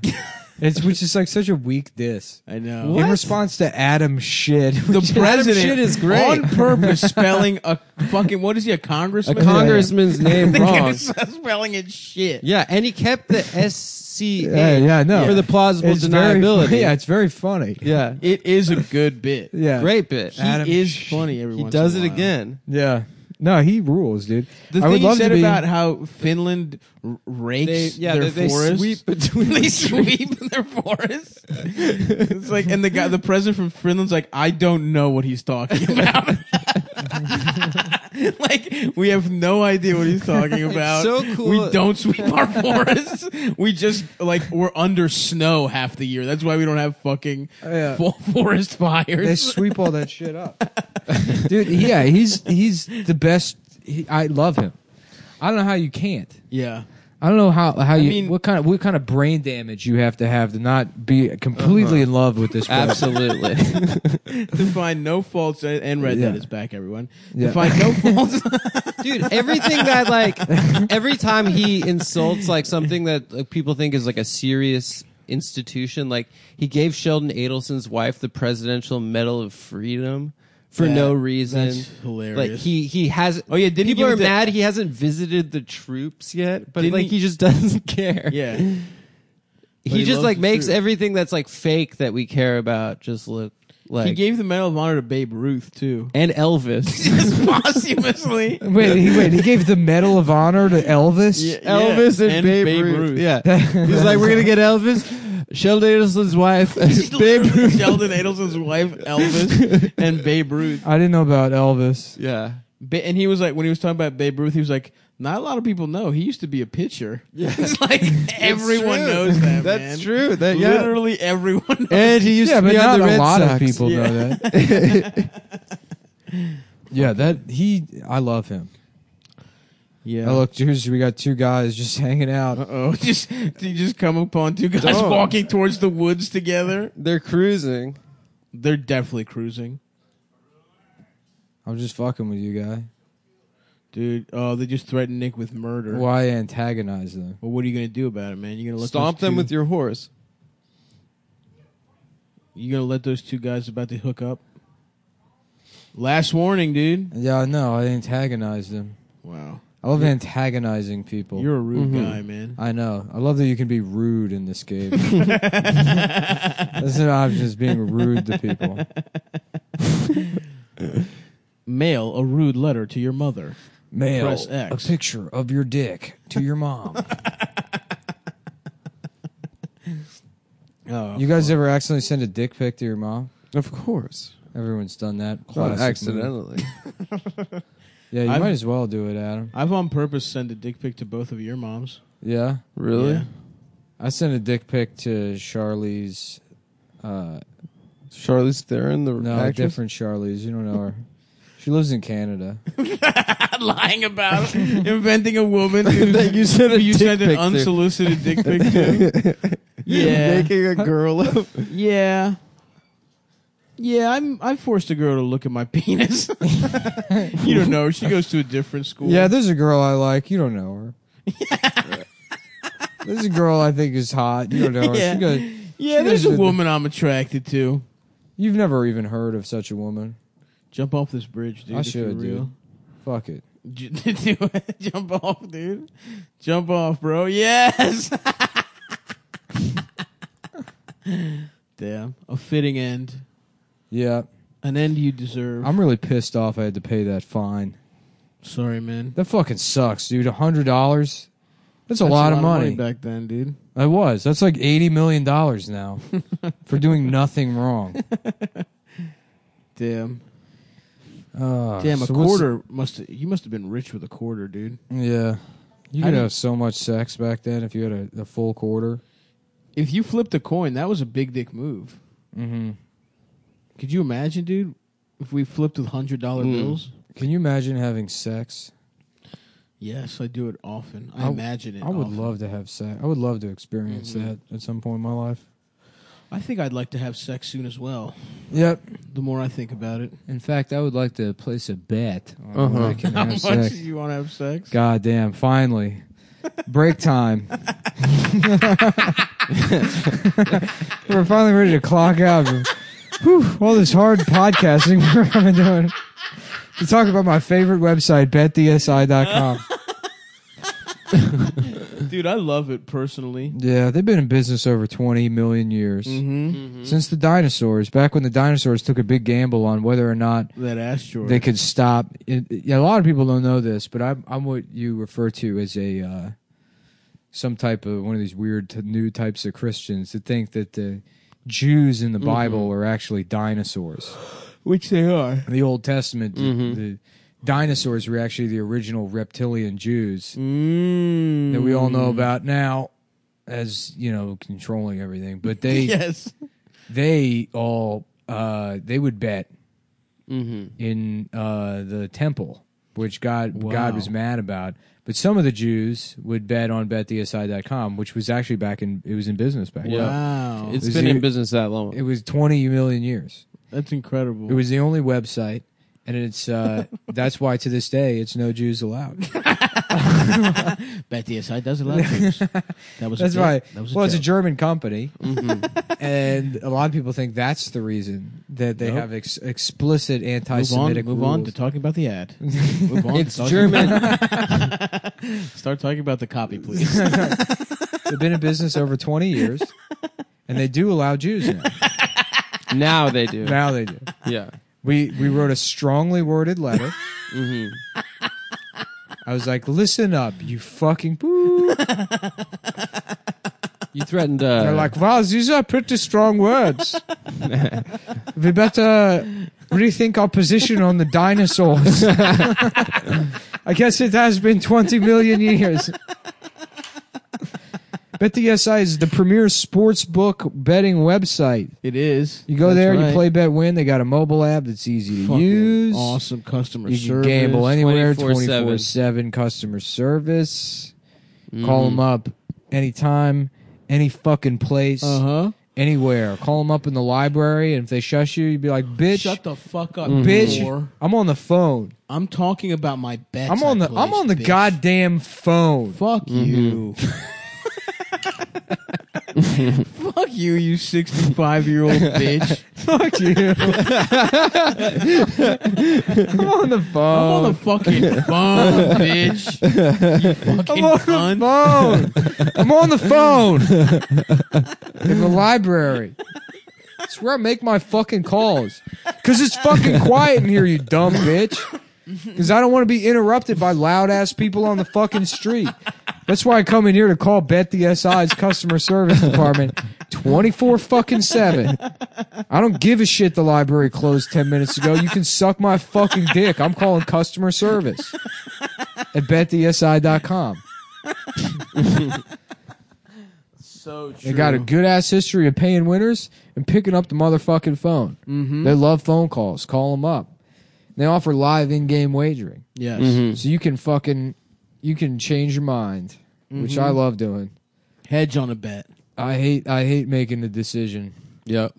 Speaker 3: It's which is like such a weak diss.
Speaker 2: I know.
Speaker 3: In response to Adam shit,
Speaker 2: The
Speaker 3: which-
Speaker 2: president
Speaker 1: shit is great.
Speaker 2: on purpose spelling a fucking what is he a
Speaker 1: a
Speaker 2: congressman?
Speaker 1: congressman's name
Speaker 2: They can't
Speaker 1: wrong.
Speaker 2: spelling it shit.
Speaker 1: Yeah, and he kept the SCA
Speaker 3: Yeah, yeah, no.
Speaker 1: for the plausible
Speaker 3: it's very
Speaker 1: deniability.
Speaker 3: fu- yeah, it's very funny.
Speaker 1: yeah.
Speaker 2: It is a good bit.
Speaker 3: Yeah,
Speaker 1: Great bit.
Speaker 2: He
Speaker 3: Adam
Speaker 2: is
Speaker 3: Sh-
Speaker 2: funny every
Speaker 1: He
Speaker 2: once
Speaker 1: does
Speaker 2: in
Speaker 1: it
Speaker 2: a while.
Speaker 1: again.
Speaker 3: Yeah, no, he rules, dude.
Speaker 2: The
Speaker 3: I would
Speaker 2: thing you
Speaker 3: love
Speaker 2: said
Speaker 3: to be,
Speaker 2: about how Finland r- rakes
Speaker 1: They yeah,
Speaker 2: their
Speaker 1: they, they
Speaker 2: forests.
Speaker 1: sweep between
Speaker 2: they
Speaker 1: the
Speaker 2: sweep their forests. It's like, and the guy, the president from Finland's like, I don't know what he's talking about. like, we have no idea what he's talking about.
Speaker 1: so cool.
Speaker 2: We don't sweep our forests. We just like we're under snow half the year. That's why we don't have fucking
Speaker 3: Yeah.
Speaker 2: full forest
Speaker 3: They
Speaker 2: fires.
Speaker 3: sweep all that shit up, dude. Yeah, he's he's the best. He, I love him. I don't know how you can't.
Speaker 2: yeah,
Speaker 3: I don't know how how you
Speaker 2: mean-
Speaker 3: what kind of what kind of brain damage you have to have to not be
Speaker 1: Uh-huh.
Speaker 3: completely in love with this. person.
Speaker 1: Absolutely.
Speaker 2: to find no faults uh, and Red
Speaker 3: Yeah.
Speaker 2: Dead is back, everyone.
Speaker 3: Yeah.
Speaker 2: To find no faults.
Speaker 1: Dude, everything that like every time he insults like something that like, people think is like a serious institution, like he gave Sheldon Adelson's wife the Presidential Medal of Freedom for
Speaker 2: Yeah,
Speaker 1: no reason.
Speaker 2: that's hilarious.
Speaker 1: Like he he has
Speaker 2: Oh, yeah, didn't he
Speaker 1: people
Speaker 2: give
Speaker 1: are
Speaker 2: it to-
Speaker 1: mad he hasn't visited the troops yet, but
Speaker 2: Didn't
Speaker 1: like
Speaker 2: he-
Speaker 1: he, just doesn't care.
Speaker 2: yeah,
Speaker 1: he,
Speaker 2: But he
Speaker 1: just
Speaker 2: loves
Speaker 1: like
Speaker 2: the
Speaker 1: makes
Speaker 2: troops.
Speaker 1: everything that's like fake that we care about just look like
Speaker 2: he gave the Medal of Honor to Babe Ruth too.
Speaker 1: and Elvis.
Speaker 2: Just posthumously.
Speaker 3: Wait, he, wait, he gave the Medal of Honor to Elvis.
Speaker 1: Elvis
Speaker 2: Yeah,
Speaker 1: and, Babe, Ruth. Yeah, he's like, we're gonna get Elvis, Sheldon Adelson's wife,
Speaker 2: He's
Speaker 1: Babe
Speaker 2: literally
Speaker 1: Ruth.
Speaker 2: Sheldon Adelson's wife, Elvis, and Babe Ruth.
Speaker 3: I didn't know about Elvis.
Speaker 1: Yeah,
Speaker 2: Ba- and he was like, when he was talking about Babe Ruth, he was like, not a lot of people know he used to be a pitcher. Yeah. it's like everyone
Speaker 1: true.
Speaker 2: knows that.
Speaker 1: That's
Speaker 2: man.
Speaker 1: true. That yeah,
Speaker 2: Literally everyone. Knows.
Speaker 1: and he used
Speaker 3: yeah,
Speaker 1: to
Speaker 3: but
Speaker 1: be
Speaker 3: not
Speaker 1: on the
Speaker 3: a
Speaker 1: Red
Speaker 3: lot
Speaker 1: Sox.
Speaker 3: of people
Speaker 2: Yeah.
Speaker 3: know that. yeah, that he, I love him.
Speaker 2: Yeah.
Speaker 3: Oh, look, here's we got two guys just hanging
Speaker 1: Uh-huh.
Speaker 3: out.
Speaker 2: Oh, just you just come upon two guys
Speaker 1: Dog.
Speaker 2: walking towards the woods together.
Speaker 1: They're cruising.
Speaker 2: They're definitely cruising,
Speaker 3: I'm just fucking with you, guy.
Speaker 2: dude. Oh, they just threatened Nick with murder.
Speaker 3: Why antagonize them?
Speaker 2: Well, what are you gonna do about it, man? You gonna let
Speaker 1: Stomp
Speaker 2: those
Speaker 1: them
Speaker 2: two-
Speaker 1: with your horse.
Speaker 2: You gonna let those two guys about to hook up? Last warning, dude.
Speaker 3: Yeah, no, I antagonized them.
Speaker 2: Wow,
Speaker 3: I love antagonizing people.
Speaker 2: you're a rude
Speaker 1: Mhm.
Speaker 2: guy, man.
Speaker 3: I know. I love that you can be rude in this game. That's an option is being rude to people.
Speaker 2: Mail a rude letter to your mother.
Speaker 3: Mail
Speaker 2: Press X.
Speaker 3: a picture of your dick to your mom.
Speaker 2: Oh,
Speaker 3: you guys ever accidentally send a dick pic to your mom?
Speaker 1: Of course,
Speaker 3: Everyone's done that.
Speaker 1: not
Speaker 3: Classic move.
Speaker 1: accidentally.
Speaker 3: Yeah, you
Speaker 2: I've-
Speaker 3: might as well do it, Adam.
Speaker 2: I've on purpose sent a dick pic to both of your moms.
Speaker 3: Yeah.
Speaker 1: Really?
Speaker 2: Yeah.
Speaker 3: I sent a dick pic to Charlie's. Uh,
Speaker 1: Charlize Theron, the
Speaker 3: no,
Speaker 1: actress.
Speaker 3: different Charlie's. You don't know her. She lives in Canada.
Speaker 2: lying about inventing a woman who
Speaker 1: That you sent a
Speaker 2: who you
Speaker 1: dick
Speaker 2: sent an
Speaker 1: pic to.
Speaker 2: unsolicited dick pic to. yeah,
Speaker 1: making a girl up.
Speaker 2: yeah, yeah. I'm I forced a girl to look at my penis. you don't know. her. She goes to a different school.
Speaker 3: Yeah, there's a girl I like. You don't know her. there's a girl I think is hot. You don't know her.
Speaker 2: Yeah.
Speaker 3: She goes,
Speaker 2: yeah.
Speaker 3: she
Speaker 2: There's a
Speaker 3: does the-
Speaker 2: woman I'm attracted to.
Speaker 3: You've never even heard of such a woman.
Speaker 2: Jump off this bridge, dude.
Speaker 3: I
Speaker 2: if you're
Speaker 3: should, dude.
Speaker 2: real.
Speaker 3: Fuck it.
Speaker 2: J- do it. Jump off, dude. Jump off, bro. Yes. Damn. A fitting end.
Speaker 3: Yeah,
Speaker 2: An end you deserve.
Speaker 3: I'm really pissed off. I had to pay that fine.
Speaker 2: sorry, man.
Speaker 3: That fucking sucks, dude. A hundred dollars. That's a
Speaker 2: That's
Speaker 3: lot of money.
Speaker 2: back then, dude.
Speaker 3: I was. That's like eighty million dollars now for doing nothing wrong.
Speaker 2: Damn.
Speaker 3: Uh,
Speaker 2: Damn, a
Speaker 3: so what's-
Speaker 2: quarter must you must have been rich with a quarter, dude.
Speaker 3: Yeah, you
Speaker 2: How
Speaker 3: could
Speaker 2: do you-
Speaker 3: have so much sex back then if you had a, a full quarter.
Speaker 2: If you flipped a coin, that was a big dick move.
Speaker 3: Mm-hmm.
Speaker 2: Could you imagine, dude, if we flipped with hundred dollar
Speaker 3: Hmm.
Speaker 1: Mm.
Speaker 2: bills?
Speaker 3: Can you imagine having sex?
Speaker 2: Yes, I do it often. I,
Speaker 3: I-
Speaker 2: imagine it.
Speaker 3: I would
Speaker 2: often.
Speaker 3: love to have sex. I would love to experience
Speaker 2: Mhm.
Speaker 3: that at some point in my life.
Speaker 2: I think I'd like to have sex soon as well.
Speaker 3: Yep.
Speaker 2: The more I think about it.
Speaker 3: In fact, I would like to place a bet on
Speaker 1: Uh-huh.
Speaker 3: when I can
Speaker 2: How
Speaker 3: have
Speaker 2: much
Speaker 3: sex.
Speaker 2: do you want to have sex?
Speaker 3: God damn! Finally, break time.
Speaker 4: We're finally ready to clock out. Whew, all this hard podcasting we're having doing. To talk about my favorite website, betdsi.com.
Speaker 2: Dude, I love it personally.
Speaker 3: Yeah, they've been in business over 20 million years.
Speaker 2: Mm-hmm.
Speaker 3: Since the dinosaurs, back when the dinosaurs took a big gamble on whether or not
Speaker 2: That asteroid.
Speaker 3: they could stop. It, it- yeah, a lot of people don't know this, but I'm, I'm what you refer to as a uh, some type of one of these weird t- new types of Christians that think that the Jews in the Bible are actually dinosaurs.
Speaker 2: Which they are.
Speaker 3: In the Old Testament, the-
Speaker 1: Mhm.
Speaker 3: the, dinosaurs were actually the original reptilian Jews
Speaker 2: Mm.
Speaker 3: that we all know about now, as you know, controlling everything. But they
Speaker 2: Hmm. Yes.
Speaker 3: they all uh, they would bet
Speaker 1: Mm-hmm.
Speaker 3: in uh, the temple, which God
Speaker 2: Wow.
Speaker 3: God was mad about. But some of the Jews would bet on betthesi.com, which was actually back in it was in business back.
Speaker 1: Yeah.
Speaker 3: then.
Speaker 2: Wow.
Speaker 1: It's
Speaker 3: Is
Speaker 1: been
Speaker 3: it-
Speaker 1: in business that long.
Speaker 3: It was twenty million years.
Speaker 2: That's incredible.
Speaker 3: It was the only website, and it's uh, that's why to this day it's no Jews allowed.
Speaker 2: Bet the SI does a lot of things. That was a
Speaker 3: That's
Speaker 2: joke.
Speaker 3: right.
Speaker 2: That was
Speaker 3: well, it's a
Speaker 2: joke. Mm-hmm.
Speaker 3: German company,
Speaker 1: Mhm.
Speaker 3: and a lot of people think that's the reason that they
Speaker 2: Nope.
Speaker 3: have ex- explicit
Speaker 2: Move on,
Speaker 3: anti-Semitic
Speaker 2: move on to
Speaker 3: rules.
Speaker 2: talking about the ad. Move on
Speaker 1: It's
Speaker 2: to talking
Speaker 1: German.
Speaker 2: Start talking about the copy, please.
Speaker 3: They've been in business over twenty years, and they do allow Jews now.
Speaker 1: now they do.
Speaker 3: now they do.
Speaker 1: Yeah.
Speaker 3: We we wrote a strongly worded letter.
Speaker 1: hmm
Speaker 3: I was like, "Listen up, you fucking boo."
Speaker 1: You threatened. Uh,
Speaker 3: They're like, "Wow, these are pretty strong words. we better rethink our position on the dinosaurs." I guess it has been 20 million years. Bet the SI is the premier sports book betting website.
Speaker 2: It is.
Speaker 3: You go
Speaker 2: That's
Speaker 3: there, you
Speaker 2: right.
Speaker 3: play bet win. They got a mobile app that's easy to
Speaker 2: Fucking
Speaker 3: use.
Speaker 2: Awesome customer
Speaker 3: You can
Speaker 2: service.
Speaker 3: gamble anywhere,
Speaker 1: 24/7.
Speaker 3: 24 7 customer service. Call
Speaker 1: mhm.
Speaker 2: Mm-hmm.
Speaker 3: them up anytime, any fucking place,
Speaker 2: Uh huh.
Speaker 3: anywhere. Call them up in the library, and if they shush you, you'd be like, bitch,
Speaker 2: Shut the fuck up,
Speaker 3: bitch,
Speaker 2: whore.
Speaker 3: I'm on the phone.
Speaker 2: I'm talking about my bets.
Speaker 3: I'm on
Speaker 2: I
Speaker 3: the I'm
Speaker 2: placed,
Speaker 3: on the
Speaker 2: bitch.
Speaker 3: goddamn phone.
Speaker 2: Fuck you. fuck you, you 65 year old bitch.
Speaker 3: Fuck you. I'm on the
Speaker 2: I'm
Speaker 3: phone.
Speaker 2: on the fucking phone, bitch. You fucking cunt.
Speaker 3: phone. I'm on the phone. In the library. It's where I make my fucking calls. Cause it's fucking quiet in here, you dumb bitch. Cause I don't want to be interrupted by loud ass people on the fucking street. That's why I come in here to call Bet the SI's customer service department 24 fucking 7. I don't give a shit the library closed 10 minutes ago. You can suck my fucking dick. I'm calling customer service at betthesi.com.
Speaker 2: So true.
Speaker 3: They got a good ass history of paying winners and picking up the motherfucking phone.
Speaker 2: Mm-hmm.
Speaker 3: They love phone calls. Call them up. They offer live in-game wagering,
Speaker 2: Yes.
Speaker 1: Mhm.
Speaker 3: so you can fucking you can change your mind, which
Speaker 2: Mhm.
Speaker 3: I love doing.
Speaker 2: Hedge on a bet.
Speaker 3: Mm-hmm. I hate I hate making the decision.
Speaker 1: Yep.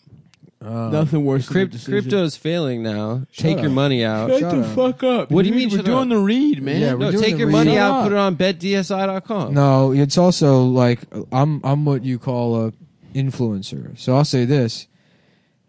Speaker 3: Uh,
Speaker 2: Nothing worse
Speaker 1: Crypt-
Speaker 2: than a decision.
Speaker 1: crypto's failing now.
Speaker 3: Shut
Speaker 1: Take
Speaker 3: up.
Speaker 1: your money out.
Speaker 2: Shut,
Speaker 3: Shut
Speaker 2: the
Speaker 3: up.
Speaker 2: fuck up.
Speaker 1: What do you mean,
Speaker 2: We're
Speaker 1: shut
Speaker 2: doing
Speaker 1: up?
Speaker 2: the read, man.
Speaker 3: Yeah, we're
Speaker 1: No,
Speaker 3: doing
Speaker 1: take
Speaker 3: the
Speaker 1: your
Speaker 3: read.
Speaker 1: money
Speaker 3: Shut
Speaker 1: out.
Speaker 2: up.
Speaker 1: Put it on betdsi.com.
Speaker 3: No, it's also like I'm I'm what you call a influencer. So I'll say this: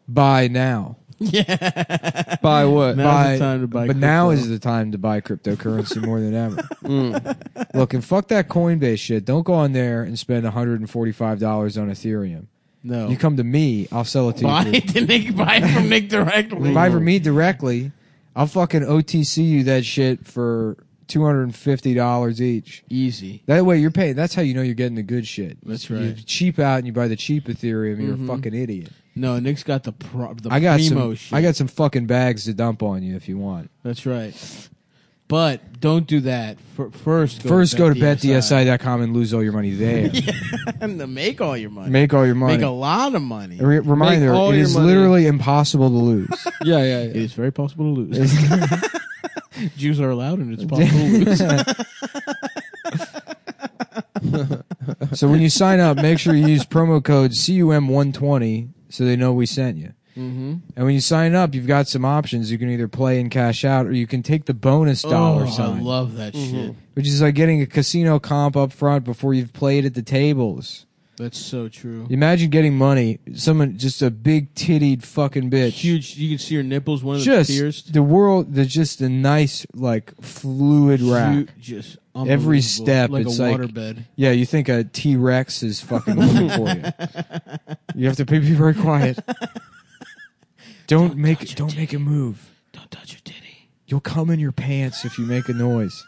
Speaker 3: buy now.
Speaker 2: yeah.
Speaker 1: Buy what?
Speaker 2: Now's
Speaker 3: Buy-
Speaker 2: the time to buy
Speaker 3: but now
Speaker 2: crypto.
Speaker 3: is the time to buy cryptocurrency more than ever.
Speaker 1: Mm.
Speaker 3: Look, and fuck that Coinbase shit. Don't go on there and spend $145 on Ethereum.
Speaker 2: no.
Speaker 3: You come to me, I'll sell it to
Speaker 2: buy
Speaker 3: you.
Speaker 2: it to Nick. Buy it from Nick directly.
Speaker 3: Buy from me directly. I'll fucking OTC you that shit for $250 each.
Speaker 2: Easy.
Speaker 3: That way you're paying. That's how you know you're getting the good shit.
Speaker 2: That's
Speaker 3: You
Speaker 2: right.
Speaker 3: cheap out and you buy the cheap Ethereum, you're
Speaker 2: Mhm.
Speaker 3: a fucking idiot.
Speaker 2: No, Nick's got the pro- the
Speaker 3: I got
Speaker 2: primo
Speaker 3: some
Speaker 2: shit.
Speaker 3: I got some fucking bags to dump on you if you want.
Speaker 2: That's right. But don't do that. Fir- first, go
Speaker 3: First
Speaker 2: to
Speaker 3: go to betdsi.com and lose all your money there.
Speaker 2: and to make all your money.
Speaker 3: Make all your money.
Speaker 2: Make a lot of money.
Speaker 3: Re- reminder,
Speaker 1: all
Speaker 3: it
Speaker 1: your
Speaker 3: is
Speaker 1: money.
Speaker 3: literally impossible to lose.
Speaker 1: Yeah, yeah,
Speaker 2: It
Speaker 1: yeah.
Speaker 2: is very possible to lose. Jews are allowed, and it's possible to lose.
Speaker 3: so when you sign up, make sure you use promo code CUM120 so they know we sent you.
Speaker 2: Mm-hmm.
Speaker 3: And when you sign up, you've got some options. You can either play and cash out, or you can take the bonus dollar
Speaker 2: oh, I
Speaker 3: sign, Mm-hmm.
Speaker 2: love that shit.
Speaker 3: which is like getting a casino comp up front before you've played at the tables.
Speaker 2: That's so true.
Speaker 3: Imagine getting money. Someone just a big tittied fucking bitch.
Speaker 2: Huge. You can see her nipples. One of
Speaker 3: just
Speaker 2: the pierced.
Speaker 3: the world. There's just a nice like fluid rack.
Speaker 2: Huge, Just
Speaker 3: Every step,
Speaker 2: unbelievable,
Speaker 3: it's
Speaker 2: like
Speaker 3: like-
Speaker 2: a waterbed.
Speaker 3: Yeah, you think a T Rex is fucking looking for you? You have to be very quiet. Don't make don't make a move.
Speaker 2: Don't touch your titty.
Speaker 3: You'll come in your pants if you make a noise.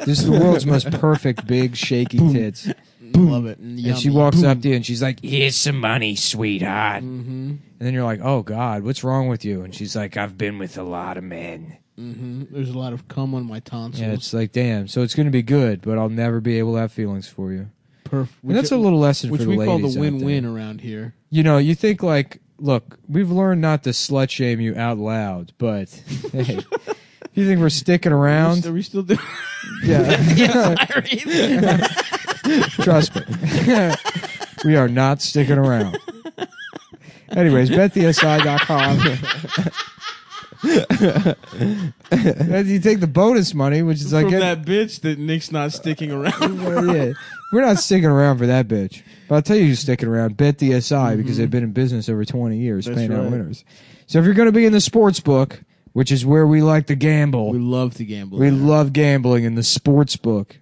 Speaker 3: This is the world's most perfect big shaky tits.
Speaker 2: Love it. And,
Speaker 3: And she walks up to you and she's like, "Here's some money, sweetheart."
Speaker 2: Mm-hmm.
Speaker 3: And then you're like, "Oh God, what's wrong with you?" And she's like, "I've been with a lot of men."
Speaker 2: Mm-hmm. There's a lot of cum on my tonsils.
Speaker 3: Yeah, it's like, damn. So it's going to be good, but I'll never be able to have feelings for you.
Speaker 2: perfect.
Speaker 3: And that's a little lesson
Speaker 2: which
Speaker 3: for the
Speaker 2: we
Speaker 3: ladies
Speaker 2: call
Speaker 3: out
Speaker 2: the
Speaker 3: there.
Speaker 2: win-win around here.
Speaker 3: You know, you think like, look, we've learned not to slut shame you out loud, but hey, you think we're sticking
Speaker 2: Are
Speaker 3: around?
Speaker 2: we still doing?
Speaker 3: Yeah, trust me, we are not sticking around. Anyways, betthesi.com. And you take the bonus money, which is like
Speaker 2: From that bitch that Nick's not sticking around.
Speaker 3: Well, yeah. We're not sticking around for that bitch. But I'll tell you who's sticking around. Bet DSI because they've been in business over 20 years
Speaker 2: Mm-hmm. That's
Speaker 3: paying out
Speaker 2: right.
Speaker 3: winners. So if you're going to be in the sports book, which is where we like to gamble,
Speaker 2: we
Speaker 3: we,
Speaker 2: love to gamble.
Speaker 3: love gambling in the sports book.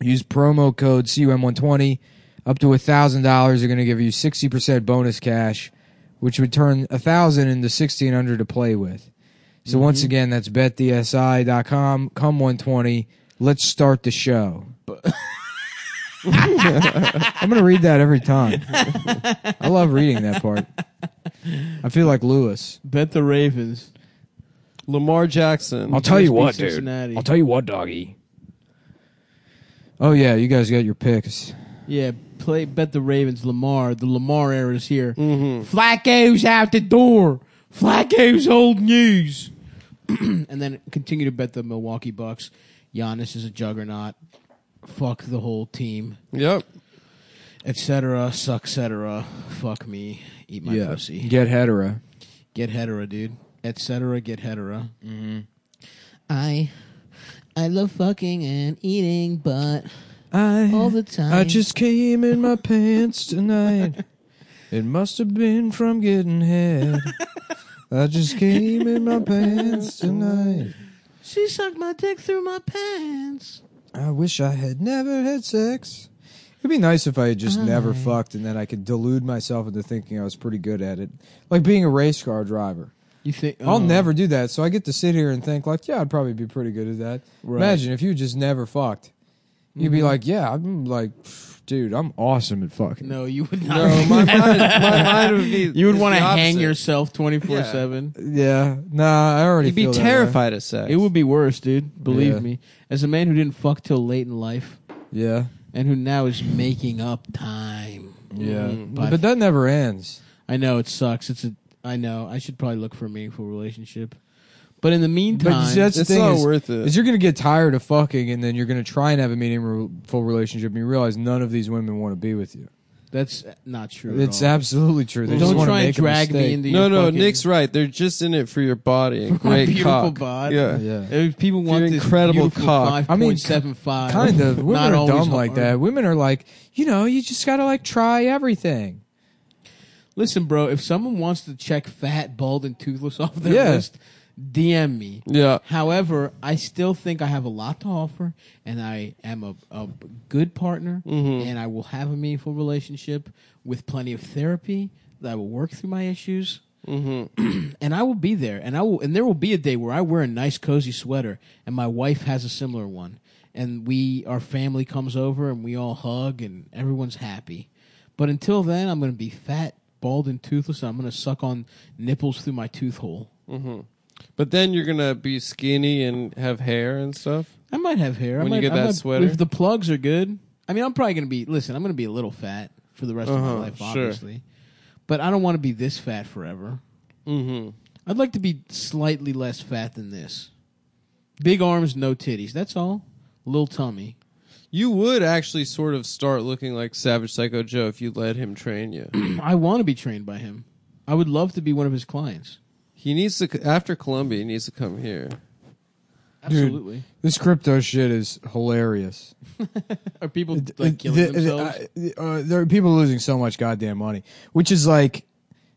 Speaker 3: Use promo code CUM120. Up to $1,000 are going to give you 60% bonus cash, which would turn 1000 into 1600 to play with. So once again, that's betdsi.com, come 120. Let's start the show. I'm gonna read that every time. I love reading that part. I feel like Lewis.
Speaker 2: Bet the Ravens.
Speaker 1: Lamar Jackson.
Speaker 3: I'll tell you
Speaker 2: Must be
Speaker 3: what, dude.
Speaker 2: Cincinnati.
Speaker 5: I'll tell you what, doggy.
Speaker 3: Oh yeah, you guys got your picks.
Speaker 2: yeah, play bet the Ravens. Lamar. The Lamar era is here.
Speaker 1: Mm-hmm.
Speaker 2: Flacco's out the door. Flacco's old news. and then continue to bet the Milwaukee Bucks. Giannis is a juggernaut. Fuck the whole team,
Speaker 1: Yep.
Speaker 2: etc. Suck, etc. Fuck me. Eat my pussy.
Speaker 3: Get hetero.
Speaker 2: Get hetera, dude. Etc. Get hetera. Mm-hmm. I, I love fucking and eating, but
Speaker 3: I
Speaker 2: all the time.
Speaker 3: I just came in my pants tonight. It must have been from getting head. I just came in my pants tonight.
Speaker 2: she sucked my dick through my pants.
Speaker 3: I wish I had never had sex. It'd be nice if I had just never fucked and then I could delude myself into thinking I was pretty good at it. Like being a race car driver.
Speaker 2: You think
Speaker 3: I'll
Speaker 2: oh.
Speaker 3: never do that. So I get to sit here and think, like, yeah, I'd probably be pretty good at that.
Speaker 2: Right. Mm-hmm.
Speaker 3: Imagine if you just never fucked. You'd be like, yeah, I'm like, pff, dude, I'm awesome at fucking.
Speaker 2: No, you would
Speaker 1: No,
Speaker 2: not.
Speaker 1: my mind, my mind would be.
Speaker 2: You would
Speaker 1: is
Speaker 2: want to
Speaker 1: the
Speaker 2: hang
Speaker 1: opposite.
Speaker 2: yourself 24 7.
Speaker 3: Yeah, nah, I already
Speaker 1: You'd be
Speaker 3: feel that way.
Speaker 1: terrified of sex.
Speaker 2: It would be worse, dude. Believe
Speaker 3: Yeah.
Speaker 2: me. As a man who didn't fuck till late in life
Speaker 3: Yeah,
Speaker 2: and who now is making up time.
Speaker 3: yeah,
Speaker 1: Mm,
Speaker 2: but-
Speaker 3: but that never ends.
Speaker 2: I know it sucks. It's a. I know. I should probably look for a meaningful relationship. But in the meantime,
Speaker 3: But you see, that's the
Speaker 1: It's
Speaker 3: thing
Speaker 1: not
Speaker 3: is-
Speaker 1: worth it.
Speaker 3: is you're gonna get tired of fucking, and then you're gonna try and have a meaningful relationship, and you realize none of these women want to be with you.
Speaker 2: that's not true. at
Speaker 3: It's
Speaker 2: all.
Speaker 3: absolutely true. They just
Speaker 2: Don't
Speaker 3: wanna
Speaker 2: try and
Speaker 3: make a
Speaker 2: drag me
Speaker 3: mistake.
Speaker 2: into
Speaker 1: no,
Speaker 2: your
Speaker 1: no,
Speaker 2: fucking-
Speaker 1: Nick's right. They're just in it for your body and
Speaker 2: My
Speaker 1: great
Speaker 2: beautiful
Speaker 1: cock.
Speaker 2: body.
Speaker 1: Yeah.
Speaker 3: Yeah.
Speaker 2: If people want
Speaker 1: Your
Speaker 2: this
Speaker 1: incredible
Speaker 2: beautiful
Speaker 1: cock.
Speaker 3: I mean,
Speaker 2: 5.75,
Speaker 3: kind of. Women
Speaker 2: not
Speaker 3: are
Speaker 2: always
Speaker 3: dumb like
Speaker 2: hard.
Speaker 3: that. Women are like, you know, you just gotta like try everything.
Speaker 2: Listen, bro, if someone wants to check fat, bald, and toothless off their
Speaker 3: Yeah.
Speaker 2: list, DM me.
Speaker 1: Yeah.
Speaker 2: However, I still think I have a lot to offer, and I am a, a good partner, and I will have a meaningful relationship with plenty of therapy. That I will work through my issues, mm-hmm. and I will be there. And I will, and there will be a day where I wear a nice, cozy sweater, and my wife has a similar one, and we, our family comes over, and we all hug, and everyone's happy. But until then, I'm going to be fat, bald, and toothless, and I'm going to suck on nipples through my tooth hole.
Speaker 1: But then you're gonna be skinny and have hair and stuff.
Speaker 2: I might have hair. I
Speaker 1: When you
Speaker 2: might,
Speaker 1: get
Speaker 2: I
Speaker 1: that
Speaker 2: might-
Speaker 1: sweater?
Speaker 2: if the plugs are good. I mean, I'm probably gonna be. Listen, I'm gonna be a little fat for the rest of my
Speaker 1: Uh-huh,
Speaker 2: life,
Speaker 1: sure.
Speaker 2: obviously. But I don't want to be this fat forever.
Speaker 1: Mm-hmm.
Speaker 2: I'd like to be slightly less fat than this. Big arms, no titties. That's all. Little tummy.
Speaker 1: You would actually sort of start looking like Savage Psycho Joe if you let him train you.
Speaker 2: I want to be trained by him. I would love to be one of his clients.
Speaker 1: he needs to after Columbia. He needs to come here.
Speaker 2: Absolutely.
Speaker 3: This crypto shit is hilarious.
Speaker 2: Are people like
Speaker 3: It-
Speaker 2: killing
Speaker 3: it- it-
Speaker 2: themselves?
Speaker 3: I- uh, there are people losing so much goddamn money, which is like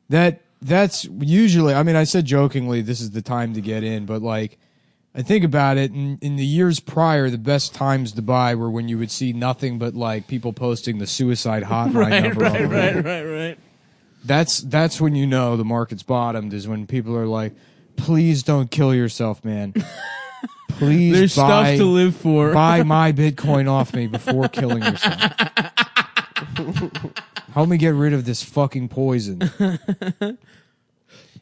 Speaker 3: that. That's usually. I mean, I said jokingly, this is the time to get in, but like, I think about it. In, in the years prior, the best times to buy were when you would see nothing but like people posting the suicide hotline
Speaker 2: right,
Speaker 3: number.
Speaker 2: right,
Speaker 3: on the-
Speaker 2: right, right, right.
Speaker 3: That's that's when you know the market's bottomed. Is when people are like, "Please don't kill yourself, man. Please
Speaker 2: There's
Speaker 3: buy."
Speaker 2: stuff to live for.
Speaker 3: buy my Bitcoin off me before killing yourself. Help me get rid of this fucking poison.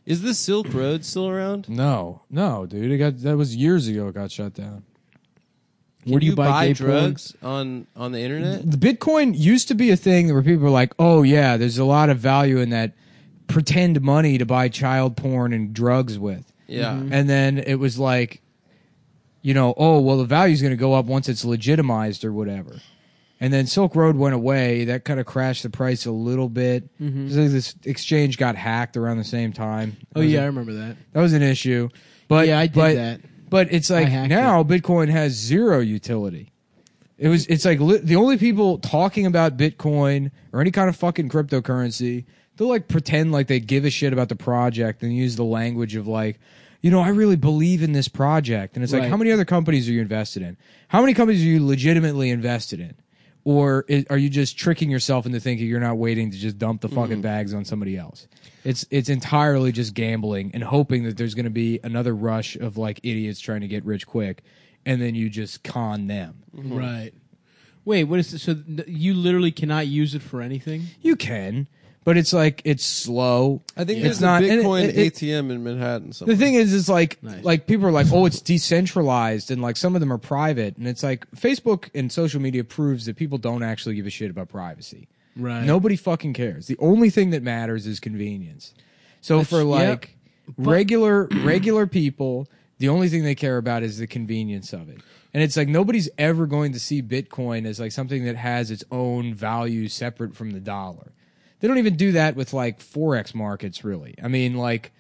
Speaker 1: Is the Silk Road still around?
Speaker 3: No, no, dude. It got that was years ago. It got shut down.
Speaker 1: Can
Speaker 2: Where do you buy gay porn?
Speaker 1: drugs on on the internet?
Speaker 3: The Bitcoin used to be a thing that where people were like, "Oh yeah, there's a lot of value in that pretend money to buy child porn and drugs with."
Speaker 1: Yeah.
Speaker 2: Mm-hmm.
Speaker 3: And then it was like, you know, oh, well, the value's going to go up once it's legitimized or whatever. And then Silk Road went away. That kind of crashed the price a little bit. It's like this exchange got hacked around the same time.
Speaker 2: Mm-hmm. Oh
Speaker 3: That was a-
Speaker 2: yeah, I remember that.
Speaker 3: that was an issue. But
Speaker 2: yeah, I did
Speaker 3: but,
Speaker 2: that.
Speaker 3: But it's
Speaker 2: I
Speaker 3: like
Speaker 2: hacked
Speaker 3: now Bitcoin has zero utility. It was it's like li- the only people talking about Bitcoin or any kind of fucking cryptocurrency, they'll like pretend like they give a shit about the project and use the language of like, you know, I really believe in this project. And it's
Speaker 2: Right.
Speaker 3: like, how many other companies are you invested in? How many companies are you legitimately invested in? Or i are you just tricking yourself into thinking you're not waiting to just dump the fucking bags on somebody else? It's it's entirely just gambling and hoping that there's going to be another rush of like idiots trying to get rich quick, and then you just con them.
Speaker 2: Right. Wait, what is this? So th- you literally cannot use it for anything?
Speaker 3: You can, but it's like it's slow.
Speaker 1: I think
Speaker 3: Yeah.
Speaker 1: there's
Speaker 3: It's not-
Speaker 1: a
Speaker 3: and it-
Speaker 1: Bitcoin
Speaker 3: it- it-
Speaker 1: ATM in Manhattan somewhere.
Speaker 3: The thing is, is like
Speaker 2: Nice.
Speaker 3: like people are like, oh, it's decentralized, and like some of them are private, and it's like Facebook and social media proves that people don't actually give a shit about privacy.
Speaker 2: Right.
Speaker 3: Nobody fucking cares. The only thing that matters is convenience. So for like regular regular people, the only thing they care about is the convenience of it. And it's like nobody's ever going to see Bitcoin as like something that has its own value separate from the dollar. They don't even do that with like forex markets really. I mean like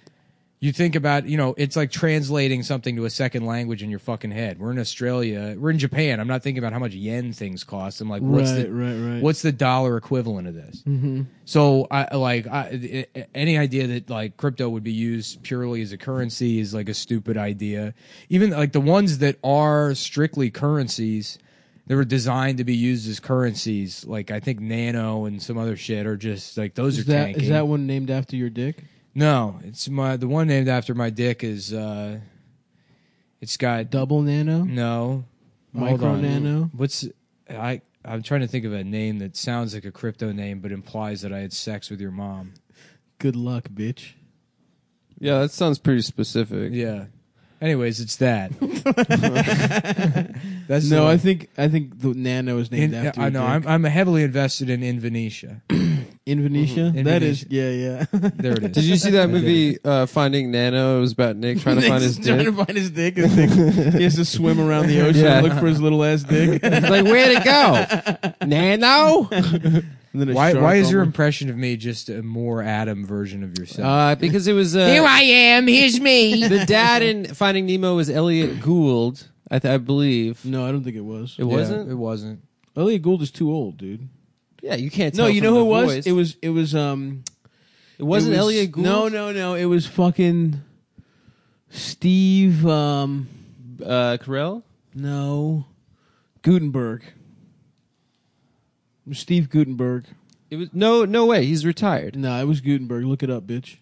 Speaker 3: you think about, you know, it's like translating something to a second language in your fucking head. We're in Australia, we're in Japan. I'm not thinking about how much yen things cost. I'm like, what's
Speaker 2: Right,
Speaker 3: the
Speaker 2: right, right.
Speaker 3: what's the dollar equivalent of this? Mm-hmm. So, I like I, I- any idea that like crypto would be used purely as a currency is like a stupid idea. Even like the ones that are strictly currencies that were designed to be used as currencies, like I think Nano and some other shit, are just like those
Speaker 2: Is
Speaker 3: are
Speaker 2: that
Speaker 3: tanking.
Speaker 2: is that one named after your dick?
Speaker 3: No, it's my the one named after my dick is uh it's got
Speaker 2: Double nano?
Speaker 3: no Hold
Speaker 2: Hmm. Micro
Speaker 3: on.
Speaker 2: nano?
Speaker 3: What's I I'm trying to think of a name that sounds like a crypto name but implies that I had sex with your mom.
Speaker 2: Good luck, bitch.
Speaker 1: yeah, that sounds pretty specific.
Speaker 3: Yeah. Anyways, it's that. That's the
Speaker 2: No,
Speaker 3: one.
Speaker 2: I think I think the nano is named
Speaker 3: In-
Speaker 2: after.
Speaker 3: I
Speaker 2: your
Speaker 3: know
Speaker 2: dick.
Speaker 3: I'm I'm heavily invested in Invenetia.
Speaker 2: in Venetia.
Speaker 3: Mhm. In
Speaker 2: That
Speaker 3: Venetia.
Speaker 2: is, yeah, yeah.
Speaker 3: There it is.
Speaker 1: Did you see that
Speaker 3: I did.
Speaker 1: movie uh, Finding Nano? It was about Nick trying to find his
Speaker 2: Nick's trying
Speaker 1: dick.
Speaker 2: to find his dick. His dick. he has to swim around the ocean
Speaker 1: Yeah.
Speaker 2: and look for his little ass dick. and
Speaker 1: like, where'd it go? Nano?
Speaker 2: then a
Speaker 3: Why
Speaker 2: shark
Speaker 3: why is your
Speaker 2: almost-
Speaker 3: impression of me just a more Adam version of yourself?
Speaker 1: Uh, because it was. Uh, Here I am. Here's me. The dad in Finding Nemo was Elliot Gould, I, th- I believe.
Speaker 2: No, I don't think it was.
Speaker 1: It
Speaker 3: Yeah,
Speaker 1: wasn't.
Speaker 3: it wasn't.
Speaker 2: Elliot Gould is too old, dude.
Speaker 1: Yeah, you can't.
Speaker 2: No,
Speaker 1: tell
Speaker 2: you
Speaker 1: from
Speaker 2: know who
Speaker 1: the
Speaker 2: it was?
Speaker 1: voice.
Speaker 2: It was. It was. Um,
Speaker 1: It wasn't
Speaker 2: it was-
Speaker 1: Elliot Gould.
Speaker 2: No, no, no. It was fucking Steve. Um,
Speaker 1: Uh, Carell.
Speaker 2: no, Gutenberg. It was Steve Gutenberg.
Speaker 1: It was no, no way. He's retired.
Speaker 2: No, it was Gutenberg. Look it up, bitch.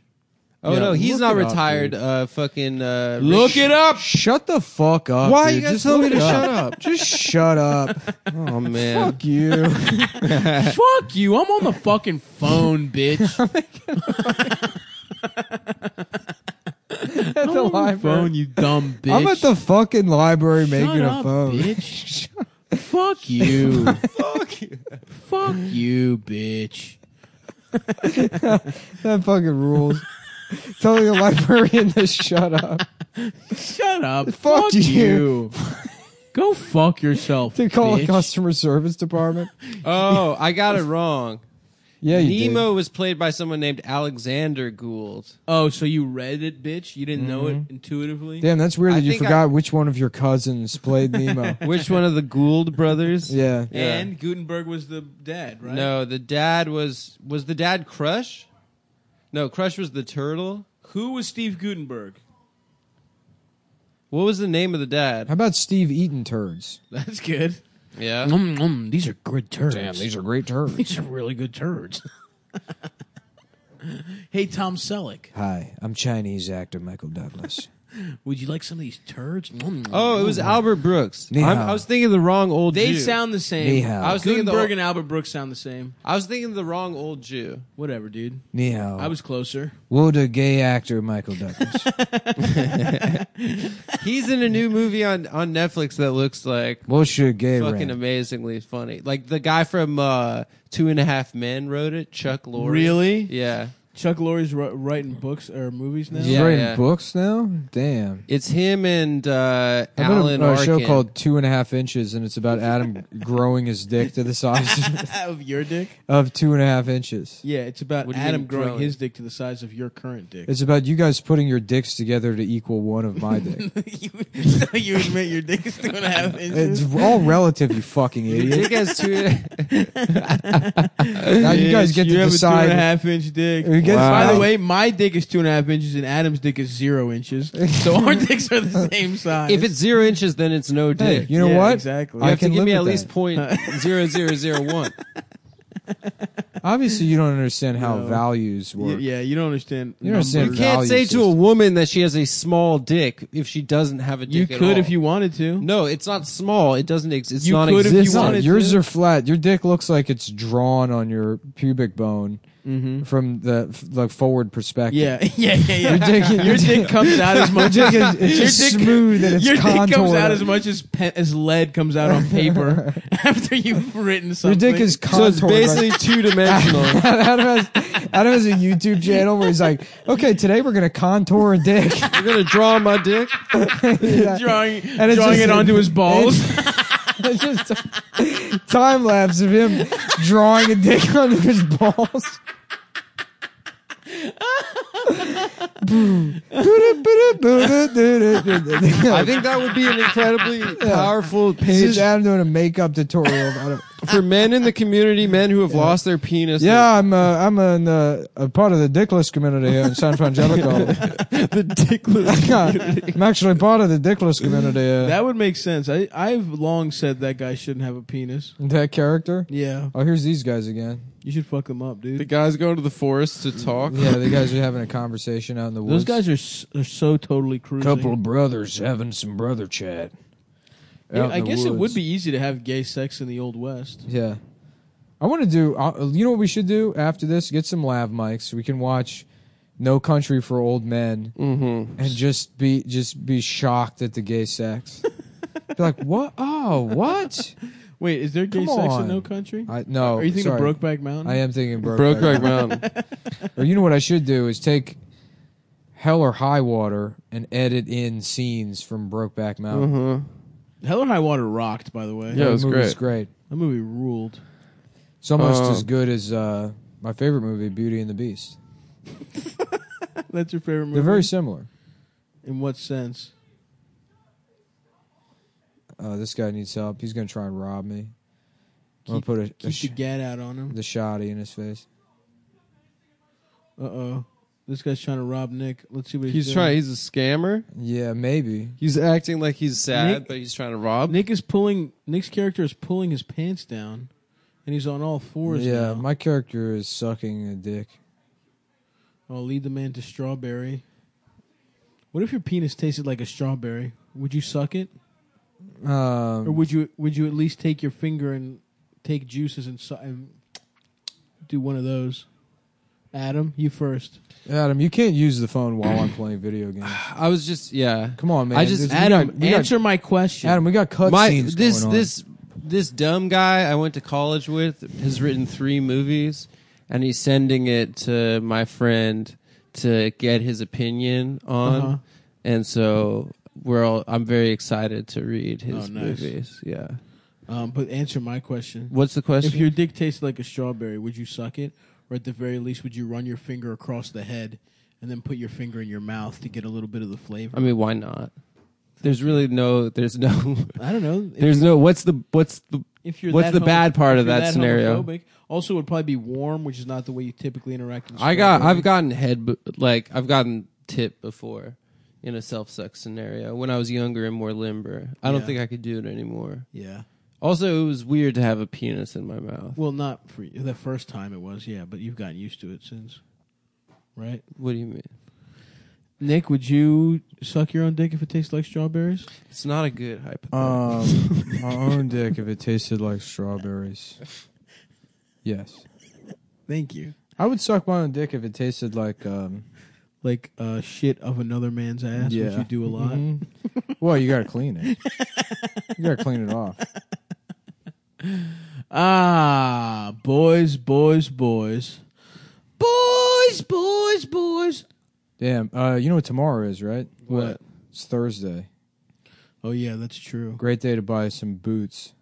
Speaker 1: Oh
Speaker 3: Yeah,
Speaker 1: no, he's
Speaker 3: look
Speaker 1: not
Speaker 3: it up,
Speaker 1: retired. uh, fucking. Uh,
Speaker 2: Look
Speaker 1: Rich-
Speaker 2: it up.
Speaker 3: Shut the fuck up.
Speaker 1: Why
Speaker 3: dude.
Speaker 1: you guys
Speaker 3: Just
Speaker 1: tell me
Speaker 3: look
Speaker 1: to
Speaker 3: it
Speaker 1: shut up?
Speaker 3: Just shut up.
Speaker 1: Oh man.
Speaker 3: Fuck you.
Speaker 2: Fuck you. I'm on the fucking phone, bitch.
Speaker 3: at the
Speaker 2: I'm on the phone,
Speaker 3: library.
Speaker 2: you dumb bitch.
Speaker 3: I'm at the fucking library
Speaker 2: Shut
Speaker 3: making
Speaker 2: up,
Speaker 3: a phone.
Speaker 2: Bitch. Fuck you. Fuck you. Fuck you, bitch.
Speaker 3: That fucking rules. Telling a librarian to shut up.
Speaker 2: Shut up.
Speaker 3: Fuck
Speaker 2: Fuck,
Speaker 3: you.
Speaker 2: you. Go fuck yourself.
Speaker 3: To call
Speaker 2: bitch.
Speaker 3: a customer service department.
Speaker 1: Oh, I got it wrong.
Speaker 3: Yeah, you did.
Speaker 1: Nemo was played by someone named Alexander Gould.
Speaker 2: Oh, so you read it, bitch? You didn't know it intuitively?
Speaker 3: Damn, that's weird
Speaker 1: I
Speaker 3: that you
Speaker 1: think I-
Speaker 3: forgot which one of your cousins played Nemo.
Speaker 1: Which one of the Gould brothers?
Speaker 3: yeah.
Speaker 1: Yeah.
Speaker 2: And Gutenberg was the dad, right?
Speaker 1: No, the dad was was the dad Crush? No, Crush was the turtle.
Speaker 2: Who was Steve Gutenberg?
Speaker 1: What was the name of the
Speaker 3: How
Speaker 1: dad?
Speaker 3: about Steve eating turds?
Speaker 2: That's good.
Speaker 1: Yeah.
Speaker 2: Mm, mm, these are good turds.
Speaker 3: are great turds.
Speaker 2: These are really good turds. hey, Tom Selleck,
Speaker 3: Hi, I'm Chinese actor Michael Douglas.
Speaker 2: would you like some of these turds? Mm.
Speaker 1: Oh, it was Albert Brooks.
Speaker 3: Ni hao.
Speaker 1: I'm- I was thinking of the wrong old
Speaker 2: They
Speaker 1: Jew.
Speaker 2: sound the same.
Speaker 3: Ni hao.
Speaker 1: I was thinking the-
Speaker 2: Gutenberg and Albert Brooks sound the same.
Speaker 1: I was thinking of the wrong old Jew.
Speaker 2: Whatever, dude.
Speaker 3: Ni hao.
Speaker 2: I was closer.
Speaker 3: Woda gay actor Michael Douglas.
Speaker 1: He's in a new movie on on Netflix that looks like
Speaker 3: Wosha gay
Speaker 1: fucking
Speaker 3: rant.
Speaker 1: amazingly funny. Like the guy from uh, Two and a Half Men wrote it, Chuck Lorre.
Speaker 2: Really?
Speaker 1: Yeah.
Speaker 2: Chuck Lorre's ri- writing books or movies now.
Speaker 3: He's
Speaker 1: Yeah,
Speaker 3: writing
Speaker 1: yeah.
Speaker 3: books now? Damn.
Speaker 1: It's him and uh,
Speaker 3: I met
Speaker 1: Alan
Speaker 3: a, a show
Speaker 1: Arkin.
Speaker 3: called Two and a Half Inches, and it's about Adam growing his dick to the size
Speaker 2: of your dick.
Speaker 3: of two and a half inches.
Speaker 2: Yeah, it's about
Speaker 1: What do you
Speaker 2: Adam
Speaker 1: mean
Speaker 2: growing,
Speaker 1: growing?
Speaker 2: his dick to the size of your current dick.
Speaker 3: It's about you guys putting your dicks together to equal one of my dick.
Speaker 2: you, you admit your dick is two and a half
Speaker 3: it's all relative, you fucking idiot.
Speaker 1: Dick has two.
Speaker 3: Now you guys get to
Speaker 2: have a two and a
Speaker 3: decide.
Speaker 2: half inch dick.
Speaker 3: You get-
Speaker 5: Wow.
Speaker 2: By the way, my dick is two and a half inches and Adam's dick is zero inches. So our dicks are the same size.
Speaker 1: if it's zero inches, then it's no
Speaker 3: Hey,
Speaker 1: dick.
Speaker 3: you know
Speaker 2: Yeah,
Speaker 3: what?
Speaker 2: Exactly.
Speaker 1: You
Speaker 3: I
Speaker 1: have to
Speaker 3: can
Speaker 1: give me
Speaker 3: live
Speaker 1: at
Speaker 3: with
Speaker 1: least
Speaker 3: that.
Speaker 1: point zero zero zero one.
Speaker 3: Obviously, you don't understand how
Speaker 2: No.
Speaker 3: values
Speaker 2: Y-
Speaker 3: work.
Speaker 2: yeah, you don't understand.
Speaker 3: You don't understand
Speaker 1: You can't
Speaker 2: numbers.
Speaker 1: say
Speaker 3: Value
Speaker 1: to a
Speaker 3: system.
Speaker 1: woman that she has a small dick if she doesn't have a dick.
Speaker 2: You
Speaker 1: at
Speaker 2: could
Speaker 1: all.
Speaker 2: if you wanted to.
Speaker 1: No, it's not small. It doesn't exist. It's
Speaker 2: You
Speaker 1: not
Speaker 2: could if you
Speaker 3: It's
Speaker 1: exist.
Speaker 3: not.
Speaker 2: wanted
Speaker 3: yours
Speaker 2: to.
Speaker 3: are flat. Your dick looks like it's drawn on your pubic bone
Speaker 2: Mm-hmm.
Speaker 3: from the f- like forward perspective.
Speaker 2: Yeah, yeah, yeah, yeah.
Speaker 3: Your dick-
Speaker 2: your dick comes out as much
Speaker 3: Your
Speaker 2: as
Speaker 3: dick is- it's just
Speaker 2: your dick-
Speaker 3: smooth and it's
Speaker 2: your dick comes
Speaker 3: contoured.
Speaker 2: out as much as pe- as lead comes out on paper after you've written
Speaker 3: Your
Speaker 2: something.
Speaker 3: dick is
Speaker 1: So
Speaker 3: contoured.
Speaker 1: it's basically two dimensional.
Speaker 3: Adam has, Adam has a YouTube channel where he's like, okay, today we're gonna contour a dick.
Speaker 1: You're gonna draw my dick.
Speaker 3: Yeah.
Speaker 2: drawing
Speaker 3: And it's
Speaker 2: drawing
Speaker 3: just-
Speaker 2: it onto his balls.
Speaker 3: It's just time lapse of him drawing a dick under his balls.
Speaker 1: I
Speaker 3: I
Speaker 1: think that would be an incredibly powerful
Speaker 3: this is
Speaker 1: page
Speaker 3: Adam doing a makeup tutorial about it.
Speaker 1: for men in the community, men who have lost their penis.
Speaker 3: Yeah, I'm uh, I'm in, uh, a part of the dickless community here in San Francisco.
Speaker 1: the dickless.
Speaker 3: I'm actually part of the dickless community. Uh,
Speaker 2: That would make sense. I I've long said that guy shouldn't have a penis.
Speaker 3: that character.
Speaker 2: Yeah,
Speaker 3: Oh, here's these guys again.
Speaker 2: you should fuck them up,
Speaker 1: The
Speaker 2: dude.
Speaker 1: guys going to the forest to talk.
Speaker 3: Yeah, the guys are having a conversation out in the
Speaker 2: Those
Speaker 3: woods.
Speaker 2: guys are s- are so totally cruising.
Speaker 3: brothers having some brother chat.
Speaker 2: Yeah, I guess it would be easy to have gay sex in the old west.
Speaker 3: Yeah. I want to do. Uh, you know what we should do after this? Get some lav mics. We can watch No Country for Old Men
Speaker 1: Mm-hmm.
Speaker 3: and just be just be shocked at the gay sex. be like, what? Oh, what?
Speaker 2: Wait, is there gay
Speaker 3: Come
Speaker 2: sex
Speaker 3: on.
Speaker 2: in No Country?
Speaker 3: I, no.
Speaker 2: Are you thinking of
Speaker 3: sorry.
Speaker 2: Brokeback Mountain?
Speaker 3: I am thinking broke.
Speaker 1: Brokeback Mountain.
Speaker 3: Or you know what I should do is take Hell or High Water and edit in scenes from Brokeback Mountain.
Speaker 1: Uh-huh.
Speaker 2: Hell or High Water rocked, by the way.
Speaker 1: Yeah, it was
Speaker 3: That movie's great.
Speaker 2: That movie ruled.
Speaker 3: It's almost
Speaker 1: Uh,
Speaker 3: as good as uh, my favorite movie, Beauty and the Beast.
Speaker 2: That's your favorite movie.
Speaker 3: They're very similar.
Speaker 2: in what sense?
Speaker 3: Uh, this guy needs help. He's gonna try and rob me. I'm gonna
Speaker 2: Keep,
Speaker 3: put a, a
Speaker 2: keep
Speaker 3: sh-
Speaker 2: the gat out on him.
Speaker 3: the shoddy in his face.
Speaker 2: Uh oh. This guy's trying to rob Nick. Let's see what he's,
Speaker 1: He's
Speaker 2: doing.
Speaker 1: trying. He's a scammer.
Speaker 3: Yeah, maybe.
Speaker 1: He's acting like he's sad,
Speaker 2: Nick-
Speaker 1: but he's trying to rob.
Speaker 2: Nick is pulling. Nick's character is pulling his pants down, and he's on all fours.
Speaker 3: Yeah,
Speaker 2: now.
Speaker 3: my character is sucking a dick.
Speaker 2: I'll Oh, lead the man to strawberry. What if your penis tasted like a strawberry? Would you suck it, or
Speaker 3: Um,
Speaker 2: would you would you at least take your finger and take juices and, su- and do one of those? Adam, you first.
Speaker 3: Adam, you can't use the phone while I'm playing video games.
Speaker 1: I was just yeah.
Speaker 3: Come on, man.
Speaker 1: Ah, I just-
Speaker 3: This- we
Speaker 2: Adam,
Speaker 3: got- we got-
Speaker 2: answer my question.
Speaker 3: Adam, we got cut
Speaker 1: My
Speaker 3: scenes
Speaker 1: this
Speaker 3: going on.
Speaker 1: this this dumb guy I went to college with has written three movies, and he's sending it to my friend to get his opinion on,
Speaker 2: Uh-huh.
Speaker 1: and so we're all. I'm very excited to read his
Speaker 2: Oh, nice.
Speaker 1: movies. Yeah,
Speaker 2: Um, but answer my question.
Speaker 1: What's the question?
Speaker 2: If your dick tasted like a strawberry, would you suck it? Or at the very least, would you run your finger across the head and then put your finger in your mouth to get a little bit of the flavor?
Speaker 1: I mean, why not? There's really no. There's no.
Speaker 2: I don't know. If,
Speaker 1: There's no. What's the what's the
Speaker 2: if you're
Speaker 1: what's
Speaker 2: that
Speaker 1: the
Speaker 2: homo-
Speaker 1: bad part
Speaker 2: if
Speaker 1: of
Speaker 2: you're
Speaker 1: that scenario?
Speaker 2: homophobic. Also, would probably be warm, which is not the way you typically interact. With
Speaker 1: I got.
Speaker 2: strawberry.
Speaker 1: I've gotten head. b- Like I've gotten tip before, in a self sex scenario when I was younger and more limber. I don't
Speaker 2: Yeah.
Speaker 1: think I could do it anymore.
Speaker 2: Yeah.
Speaker 1: Also, it was weird to have a penis in my mouth.
Speaker 2: Well, not for you. The first time it was, yeah, but you've gotten used to it since, right?
Speaker 1: What do you mean?
Speaker 2: Nick, would you suck your own dick if it tastes like strawberries?
Speaker 1: It's not a good hypothetical.
Speaker 2: Uh,
Speaker 3: Um, my own dick if it tasted like strawberries. Yes,
Speaker 2: Thank you.
Speaker 3: I would suck my own dick if it tasted like. Um,
Speaker 2: Like uh, shit of another man's ass, which
Speaker 3: Yeah.
Speaker 2: you do a lot.
Speaker 3: mhm. Well, you gotta clean it. You gotta clean it off.
Speaker 2: Ah, boys, boys, boys, boys, boys, boys.
Speaker 3: Damn. Uh, you know what tomorrow is, right?
Speaker 2: What?
Speaker 3: It's Thursday.
Speaker 2: Oh yeah, that's true.
Speaker 3: Great day to buy some boots.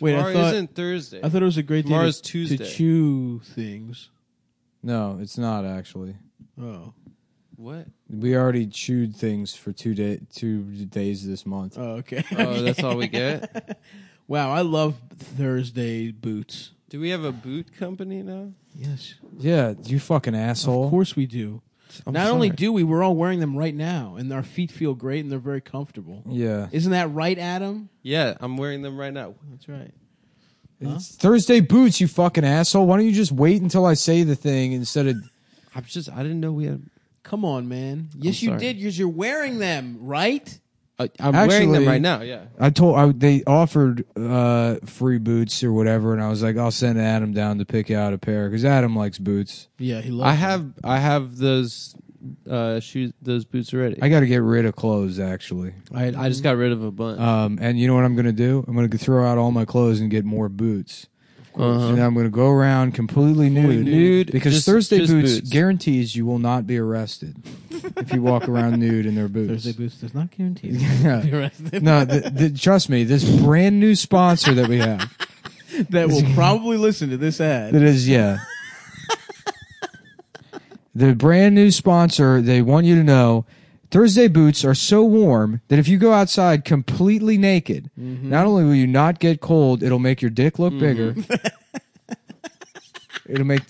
Speaker 2: Wait, I
Speaker 1: Tomorrow
Speaker 2: thought
Speaker 1: isn't Thursday.
Speaker 2: I thought it was a great day
Speaker 1: Tomorrow's
Speaker 2: to,
Speaker 1: Tuesday.
Speaker 2: to chew things.
Speaker 3: No, it's not actually.
Speaker 2: Oh,
Speaker 1: what?
Speaker 3: We already chewed things for two day two days this month.
Speaker 2: oh okay.
Speaker 3: Uh,
Speaker 1: Oh, that's all we get.
Speaker 2: wow, I love Thursday boots.
Speaker 1: Do we have a boot company now?
Speaker 2: Yes,
Speaker 3: Yeah, you fucking
Speaker 2: of
Speaker 3: asshole.
Speaker 2: course we do.
Speaker 3: I'm
Speaker 2: Not only
Speaker 3: sorry.
Speaker 2: do we, we're all wearing them right now, and our feet feel great, and they're very comfortable.
Speaker 3: Yeah,
Speaker 2: Isn't that right, Adam?
Speaker 1: Yeah, I'm wearing them right now.
Speaker 2: That's right.
Speaker 3: it's Thursday boots. You fucking asshole. Why don't you just wait until I say the thing instead of?
Speaker 1: I'm just. I didn't know we had.
Speaker 2: Come on, man. Yes, you
Speaker 1: sorry.
Speaker 2: did. Because you're wearing them, right?
Speaker 1: I, Uh, I'm wearing them
Speaker 3: Actually-
Speaker 1: right now. Yeah.
Speaker 3: I told I, they offered uh, free boots or whatever, and I was like, I'll send Adam down to pick out a pair because Adam likes boots.
Speaker 2: Yeah, he loves.
Speaker 1: I have. I have those uh shoes. Those boots already.
Speaker 3: I got to get rid of clothes actually.
Speaker 1: I, I just got rid of a bunch.
Speaker 2: Uh,
Speaker 3: Um, and you know what I'm gonna do? I'm gonna throw out all my clothes and get more boots.
Speaker 1: Uh-huh.
Speaker 3: And I'm going to go around completely nude,
Speaker 1: nude,
Speaker 3: because
Speaker 1: just-
Speaker 3: Thursday
Speaker 1: just
Speaker 3: boots,
Speaker 1: boots.
Speaker 3: guarantees you will not be arrested if you walk around nude in their boots.
Speaker 2: Thursday boots does not guarantee.
Speaker 3: Yeah.
Speaker 2: the rest of
Speaker 3: No, th- th- trust me, this brand new sponsor that we have,
Speaker 2: that will probably listen to this ad.
Speaker 3: that is yeah, the brand new sponsor. They want you to know. Thursday boots are so warm that if you go outside completely naked, not only will you not get cold, it'll make your dick look bigger. it'll make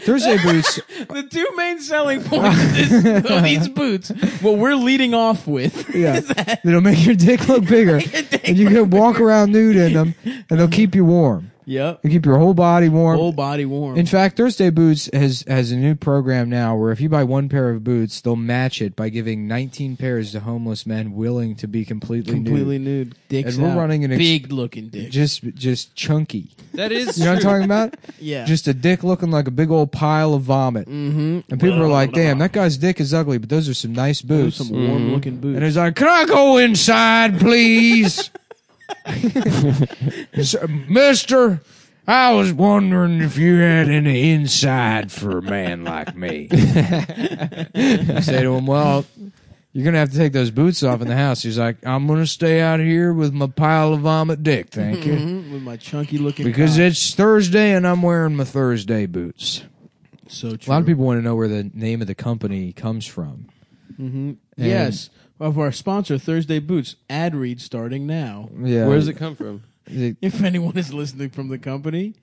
Speaker 3: Thursday boots
Speaker 2: The two main selling points of, this, of these boots, what we're leading off with,
Speaker 3: Yeah, it'll make your dick look bigger, and you can walk around nude in them, and they'll keep you warm.
Speaker 2: yep,
Speaker 3: They keep your whole body warm.
Speaker 2: whole body warm.
Speaker 3: in fact, Thursday Boots has has a new program now where if you buy one pair of boots, they'll match it by giving 19 pairs to homeless men willing to be completely,
Speaker 2: completely nude. Dicks
Speaker 3: And we're
Speaker 2: out.
Speaker 3: running an ex-
Speaker 2: big looking
Speaker 3: nude.
Speaker 2: dick.
Speaker 3: Just just chunky.
Speaker 1: that is.
Speaker 3: You know what
Speaker 1: true.
Speaker 3: I'm talking about?
Speaker 2: yeah.
Speaker 3: Just a dick looking like a big old pile of vomit.
Speaker 2: mm-hmm.
Speaker 3: And people are like, "Damn, that guy's dick is ugly, but those are some nice boots."
Speaker 2: some
Speaker 3: Mm-hmm.
Speaker 2: warm looking boots.
Speaker 3: And he's like, "Can I go inside, please, So, Mister? I was wondering if you had any inside for a man like me." I say to him, "Well, you're gonna have to take those boots off in the house." He's like, "I'm gonna stay out here with my pile of vomit dick, thank you,
Speaker 2: Mhm, with my chunky looking
Speaker 3: because
Speaker 2: cock.
Speaker 3: it's Thursday and I'm wearing my Thursday boots."
Speaker 2: so
Speaker 3: A
Speaker 2: true.
Speaker 3: lot of people want to know where the name of the company comes from.
Speaker 2: hmm Yes, of our sponsor Thursday Boots ad read starting now.
Speaker 3: Yeah,
Speaker 1: Where does it come from?
Speaker 3: it?
Speaker 2: If anyone is listening from the company,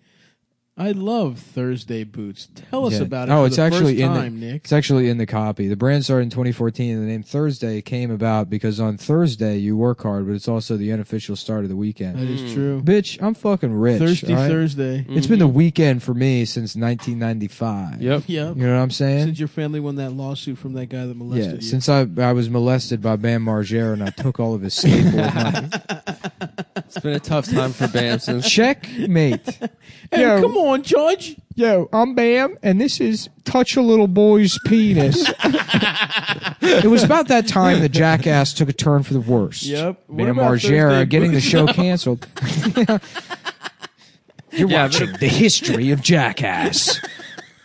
Speaker 2: I love Thursday Boots. Tell us
Speaker 3: Yeah.
Speaker 2: about it.
Speaker 3: Oh,
Speaker 2: for
Speaker 3: it's
Speaker 2: the
Speaker 3: actually
Speaker 2: first
Speaker 3: in the-
Speaker 2: time, Nick.
Speaker 3: It's actually in the copy. The brand started in 2014, and the name Thursday came about because on Thursday you work hard, but it's also the unofficial start of the weekend.
Speaker 2: That is true.
Speaker 3: Mm. Bitch, I'm fucking rich.
Speaker 2: Thirsty Mm-hmm.
Speaker 3: all right?
Speaker 2: Thursday.
Speaker 3: It's been the weekend for me since 1995.
Speaker 1: Yep.
Speaker 2: Yeah.
Speaker 3: You know what I'm saying?
Speaker 2: Since your family won that lawsuit from that guy that molested
Speaker 3: Yeah,
Speaker 2: you.
Speaker 3: since I, I was molested by Bam Margera and I took all of his staple money.
Speaker 1: It's been a tough time for Bam since.
Speaker 3: Checkmate.
Speaker 2: hey,
Speaker 3: Yo.
Speaker 2: come on, Judge.
Speaker 3: Yo, I'm Bam, and this is Touch a Little Boy's Penis. it was about that time that Jackass took a turn for the worst.
Speaker 2: Yep. What
Speaker 3: Bam
Speaker 2: about Thursday
Speaker 3: Margera getting the
Speaker 2: Boots?
Speaker 3: show canceled. You're
Speaker 1: Yeah,
Speaker 3: watching the history of Jackass.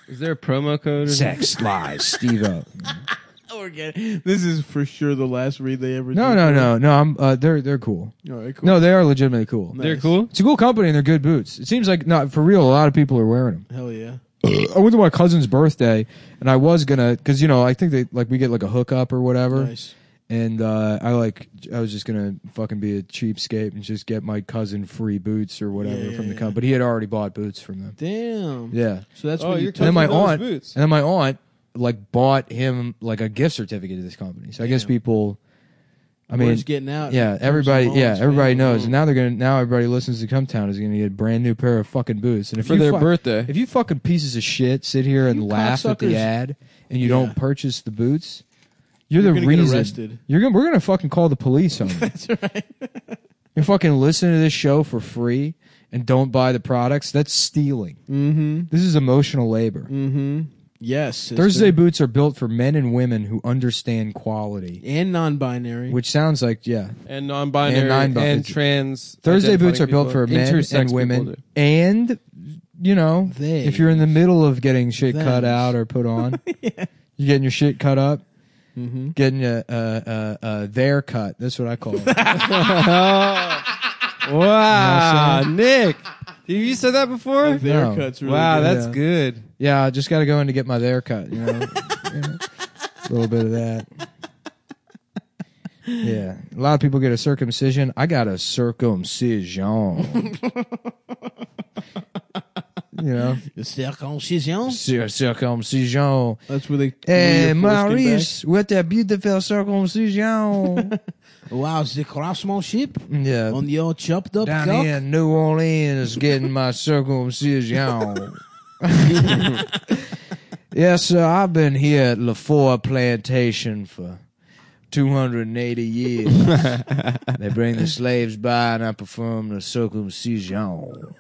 Speaker 1: Is there a promo code? Or
Speaker 3: Sex, lies, Steve O.
Speaker 2: We're getting, Oh, this is for sure the last read they ever
Speaker 3: No,
Speaker 2: did.
Speaker 3: no, no, no. I'm. Uh, they're they're cool.
Speaker 2: no. All right, cool.
Speaker 3: No, they are legitimately cool.
Speaker 2: Nice.
Speaker 1: They're cool.
Speaker 3: It's a cool company and they're good boots. It seems like not for real. A lot of people are wearing them.
Speaker 2: Hell yeah.
Speaker 3: I went to my cousin's birthday and I was gonna because you know I think they like we get like a hookup or whatever.
Speaker 2: Nice.
Speaker 3: and uh, I like I was just gonna fucking be a cheapskate and just get my cousin free boots or whatever
Speaker 2: Yeah, yeah,
Speaker 3: from the
Speaker 2: yeah.
Speaker 3: company. But he had already bought boots from them.
Speaker 2: Damn.
Speaker 3: Yeah,
Speaker 2: So that's
Speaker 1: Oh,
Speaker 2: what
Speaker 1: you're
Speaker 2: you
Speaker 3: and then my
Speaker 1: those
Speaker 3: aunt
Speaker 1: boots.
Speaker 3: and then my aunt like bought him like a gift certificate to this company. So I guess
Speaker 2: Damn.
Speaker 3: people, I mean,
Speaker 2: Word's getting out.
Speaker 3: yeah,
Speaker 2: Where's Mm-hmm.
Speaker 3: everybody,
Speaker 2: Simone's,
Speaker 3: yeah, everybody
Speaker 2: man?
Speaker 3: knows. And now they're gonna now everybody listens to Cumtown is gonna get a brand new pair of fucking boots. And if
Speaker 1: for
Speaker 3: you
Speaker 1: their
Speaker 3: fuck-
Speaker 1: birthday.
Speaker 3: if you fucking pieces of shit sit here and
Speaker 2: You
Speaker 3: laugh at the
Speaker 2: cocksuckers.
Speaker 3: ad and you
Speaker 2: Yeah.
Speaker 3: don't purchase the boots, you're,
Speaker 2: You're
Speaker 3: the
Speaker 2: gonna get
Speaker 3: reason.
Speaker 2: arrested.
Speaker 3: You're gonna we're gonna fucking call the police on you. That's right. you fucking listen to this show for free and don't buy the products. That's stealing.
Speaker 2: Mm-hmm.
Speaker 3: This is emotional labor.
Speaker 2: Mm-hmm. Yes. sister.
Speaker 3: Thursday boots are built for men and women who understand quality,
Speaker 2: and non-binary.
Speaker 3: which sounds like yeah.
Speaker 1: and non-binary
Speaker 3: And
Speaker 1: and,
Speaker 3: non-bi-
Speaker 1: trans.
Speaker 3: Thursday
Speaker 1: identifying
Speaker 3: boots are built
Speaker 1: people.
Speaker 3: for men
Speaker 1: Intersex
Speaker 3: and
Speaker 1: people
Speaker 3: women,
Speaker 1: do.
Speaker 3: and you know,
Speaker 2: They.
Speaker 3: if you're in the middle of getting shit cut
Speaker 2: Them's.
Speaker 3: out or put on, you're getting your shit cut up,
Speaker 1: Mm-hmm.
Speaker 2: Mhm.
Speaker 3: getting a, a, a, a their cut. That's what I call it.
Speaker 1: Wow,
Speaker 3: You
Speaker 1: Nick, have you said that before?
Speaker 2: Their
Speaker 3: No.
Speaker 2: cuts really
Speaker 1: wow,
Speaker 2: good.
Speaker 1: that's
Speaker 3: Yeah.
Speaker 1: good.
Speaker 3: yeah, I just got to go in to get my their cut. You know, You know, a little bit of that. Yeah, a lot of people get a circumcision. I got a circumcision. you know,
Speaker 2: The circoncision.
Speaker 3: Cir- circumcision.
Speaker 2: That's where they.
Speaker 3: Hey,
Speaker 2: your foreskin
Speaker 3: Maurice, what a beautiful circumcision.
Speaker 2: back. Wow, the craftsmanship
Speaker 3: yeah.
Speaker 2: on your chopped up
Speaker 3: Down
Speaker 2: cock.
Speaker 3: here in New Orleans, getting my circumcision. yes, sir, I've been here at LaFour Plantation for 280 years. they bring the slaves by and I perform the circumcision.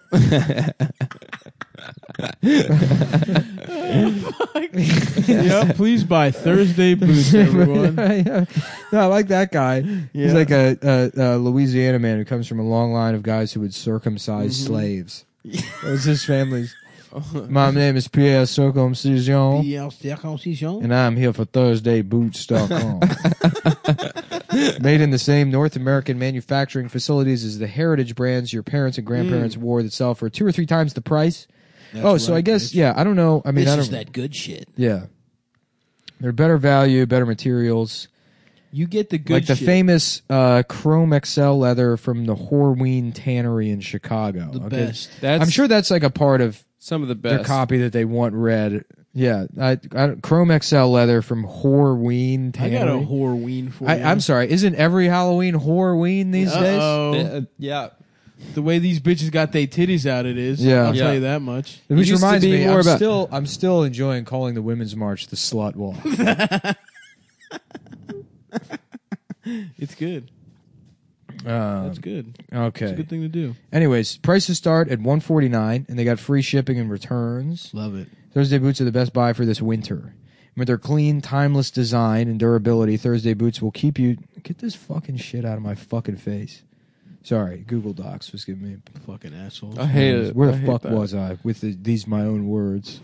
Speaker 2: yep, please buy Thursday boots, everyone.
Speaker 3: Yeah. No, I like that guy. He's
Speaker 2: Yeah.
Speaker 3: like a, a, a Louisiana man who comes from a long line of guys who would
Speaker 2: Mm-hmm.
Speaker 3: circumcise slaves. That was his family's. My name is Pierre Circumcision,
Speaker 2: Pierre circoncision.
Speaker 3: and I'm here for ThursdayBoots.com. Made in the same North American manufacturing facilities as the heritage brands your parents and grandparents wore that sell for two or three times the price.
Speaker 2: Mm. That's
Speaker 3: oh, so
Speaker 2: right,
Speaker 3: I guess,
Speaker 2: bitch.
Speaker 3: yeah, I don't know. I mean, I
Speaker 2: this
Speaker 3: don't.
Speaker 2: is that good shit.
Speaker 3: Yeah. They're better value, better materials.
Speaker 2: You get the good
Speaker 3: like the
Speaker 2: shit.
Speaker 3: famous uh, Chrome XL leather from the Horween Tannery in Chicago.
Speaker 2: the
Speaker 3: Okay.
Speaker 2: best.
Speaker 1: That's
Speaker 3: I'm sure that's like a part of
Speaker 1: some of the best.
Speaker 3: their copy that they want read. Yeah, I, I don't- Chrome XL leather from Horween
Speaker 2: I
Speaker 3: Tannery.
Speaker 2: got a whore ween for you.
Speaker 3: I, am sorry, isn't every Halloween Horween these days?
Speaker 1: They-
Speaker 2: Uh-oh.
Speaker 1: uh, yeah,
Speaker 2: The way these bitches got their titties out, it is.
Speaker 3: Yeah.
Speaker 2: I'll
Speaker 1: Yeah.
Speaker 2: tell you that much.
Speaker 1: It
Speaker 3: Which
Speaker 1: used to
Speaker 3: reminds
Speaker 1: be
Speaker 3: me,
Speaker 1: more
Speaker 3: I'm
Speaker 1: about-
Speaker 3: still I'm still enjoying calling the Women's March the slut walk.
Speaker 2: It's good.
Speaker 3: Um,
Speaker 2: That's good. It's a
Speaker 3: okay.
Speaker 2: good thing to do.
Speaker 3: Anyways, prices start at 149, and they got free shipping and returns.
Speaker 2: Love it.
Speaker 3: Thursday boots are the best buy for this winter. With their clean, timeless design and durability, Thursday boots will keep you. Get this fucking shit out of my fucking face. Sorry, Google Docs was giving me.
Speaker 2: Fucking assholes.
Speaker 1: I hate it.
Speaker 3: Where
Speaker 1: I
Speaker 3: the
Speaker 1: hate
Speaker 3: fuck
Speaker 1: that.
Speaker 3: was I with the, these my own words?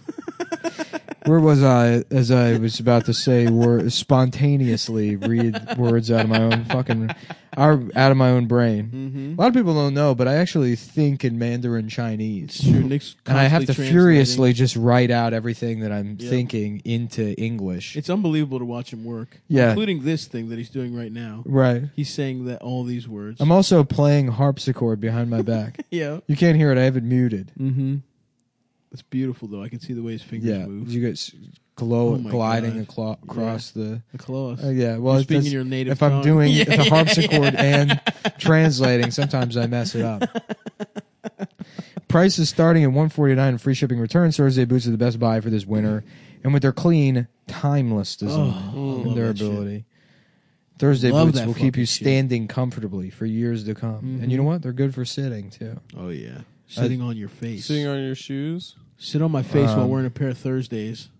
Speaker 3: Where was I as I was about to say wor- spontaneously read words out of my own fucking our, out of my own brain?
Speaker 1: Mm-hmm.
Speaker 3: A lot of people don't know, but I actually think in Mandarin Chinese
Speaker 2: Sure, Nick's
Speaker 3: and I have to
Speaker 2: constantly translating.
Speaker 3: furiously just write out everything that I'm
Speaker 2: Yeah.
Speaker 3: thinking into English.
Speaker 2: It's unbelievable to watch him work.
Speaker 3: Yeah.
Speaker 2: Including this thing that he's doing right now.
Speaker 3: right.
Speaker 2: He's saying that all these words.
Speaker 3: I'm also playing harpsichord behind my back.
Speaker 2: yeah.
Speaker 3: you can't hear it. I have it muted.
Speaker 2: Mm-hmm. It's beautiful though. I can see the way his fingers
Speaker 3: Yeah,
Speaker 2: move.
Speaker 3: you get s- glow
Speaker 2: Oh my
Speaker 3: gliding
Speaker 2: God.
Speaker 3: aclo- across
Speaker 2: the claws.
Speaker 3: the. Oh yeah, well,
Speaker 2: You're
Speaker 3: if
Speaker 2: speaking
Speaker 3: that's-
Speaker 2: your native
Speaker 3: if I'm
Speaker 2: tongue.
Speaker 3: doing
Speaker 2: Yeah,
Speaker 3: the harpsichord and translating, sometimes I mess it up. Price is starting at 149 and free shipping returns. Thursday boots are the best buy for this winter, and with their clean, timeless design.
Speaker 2: oh,
Speaker 3: and their ability. Thursday
Speaker 2: Love
Speaker 3: boots
Speaker 2: that
Speaker 3: will keep
Speaker 2: fucking
Speaker 3: you
Speaker 2: shit. Mm-hmm.
Speaker 3: standing comfortably for years to come. And you know what? They're good for sitting too.
Speaker 2: Oh yeah. Sitting on your face.
Speaker 1: Sitting on your shoes.
Speaker 2: Sit on my face while
Speaker 3: Um,
Speaker 2: wearing a pair of Thursdays.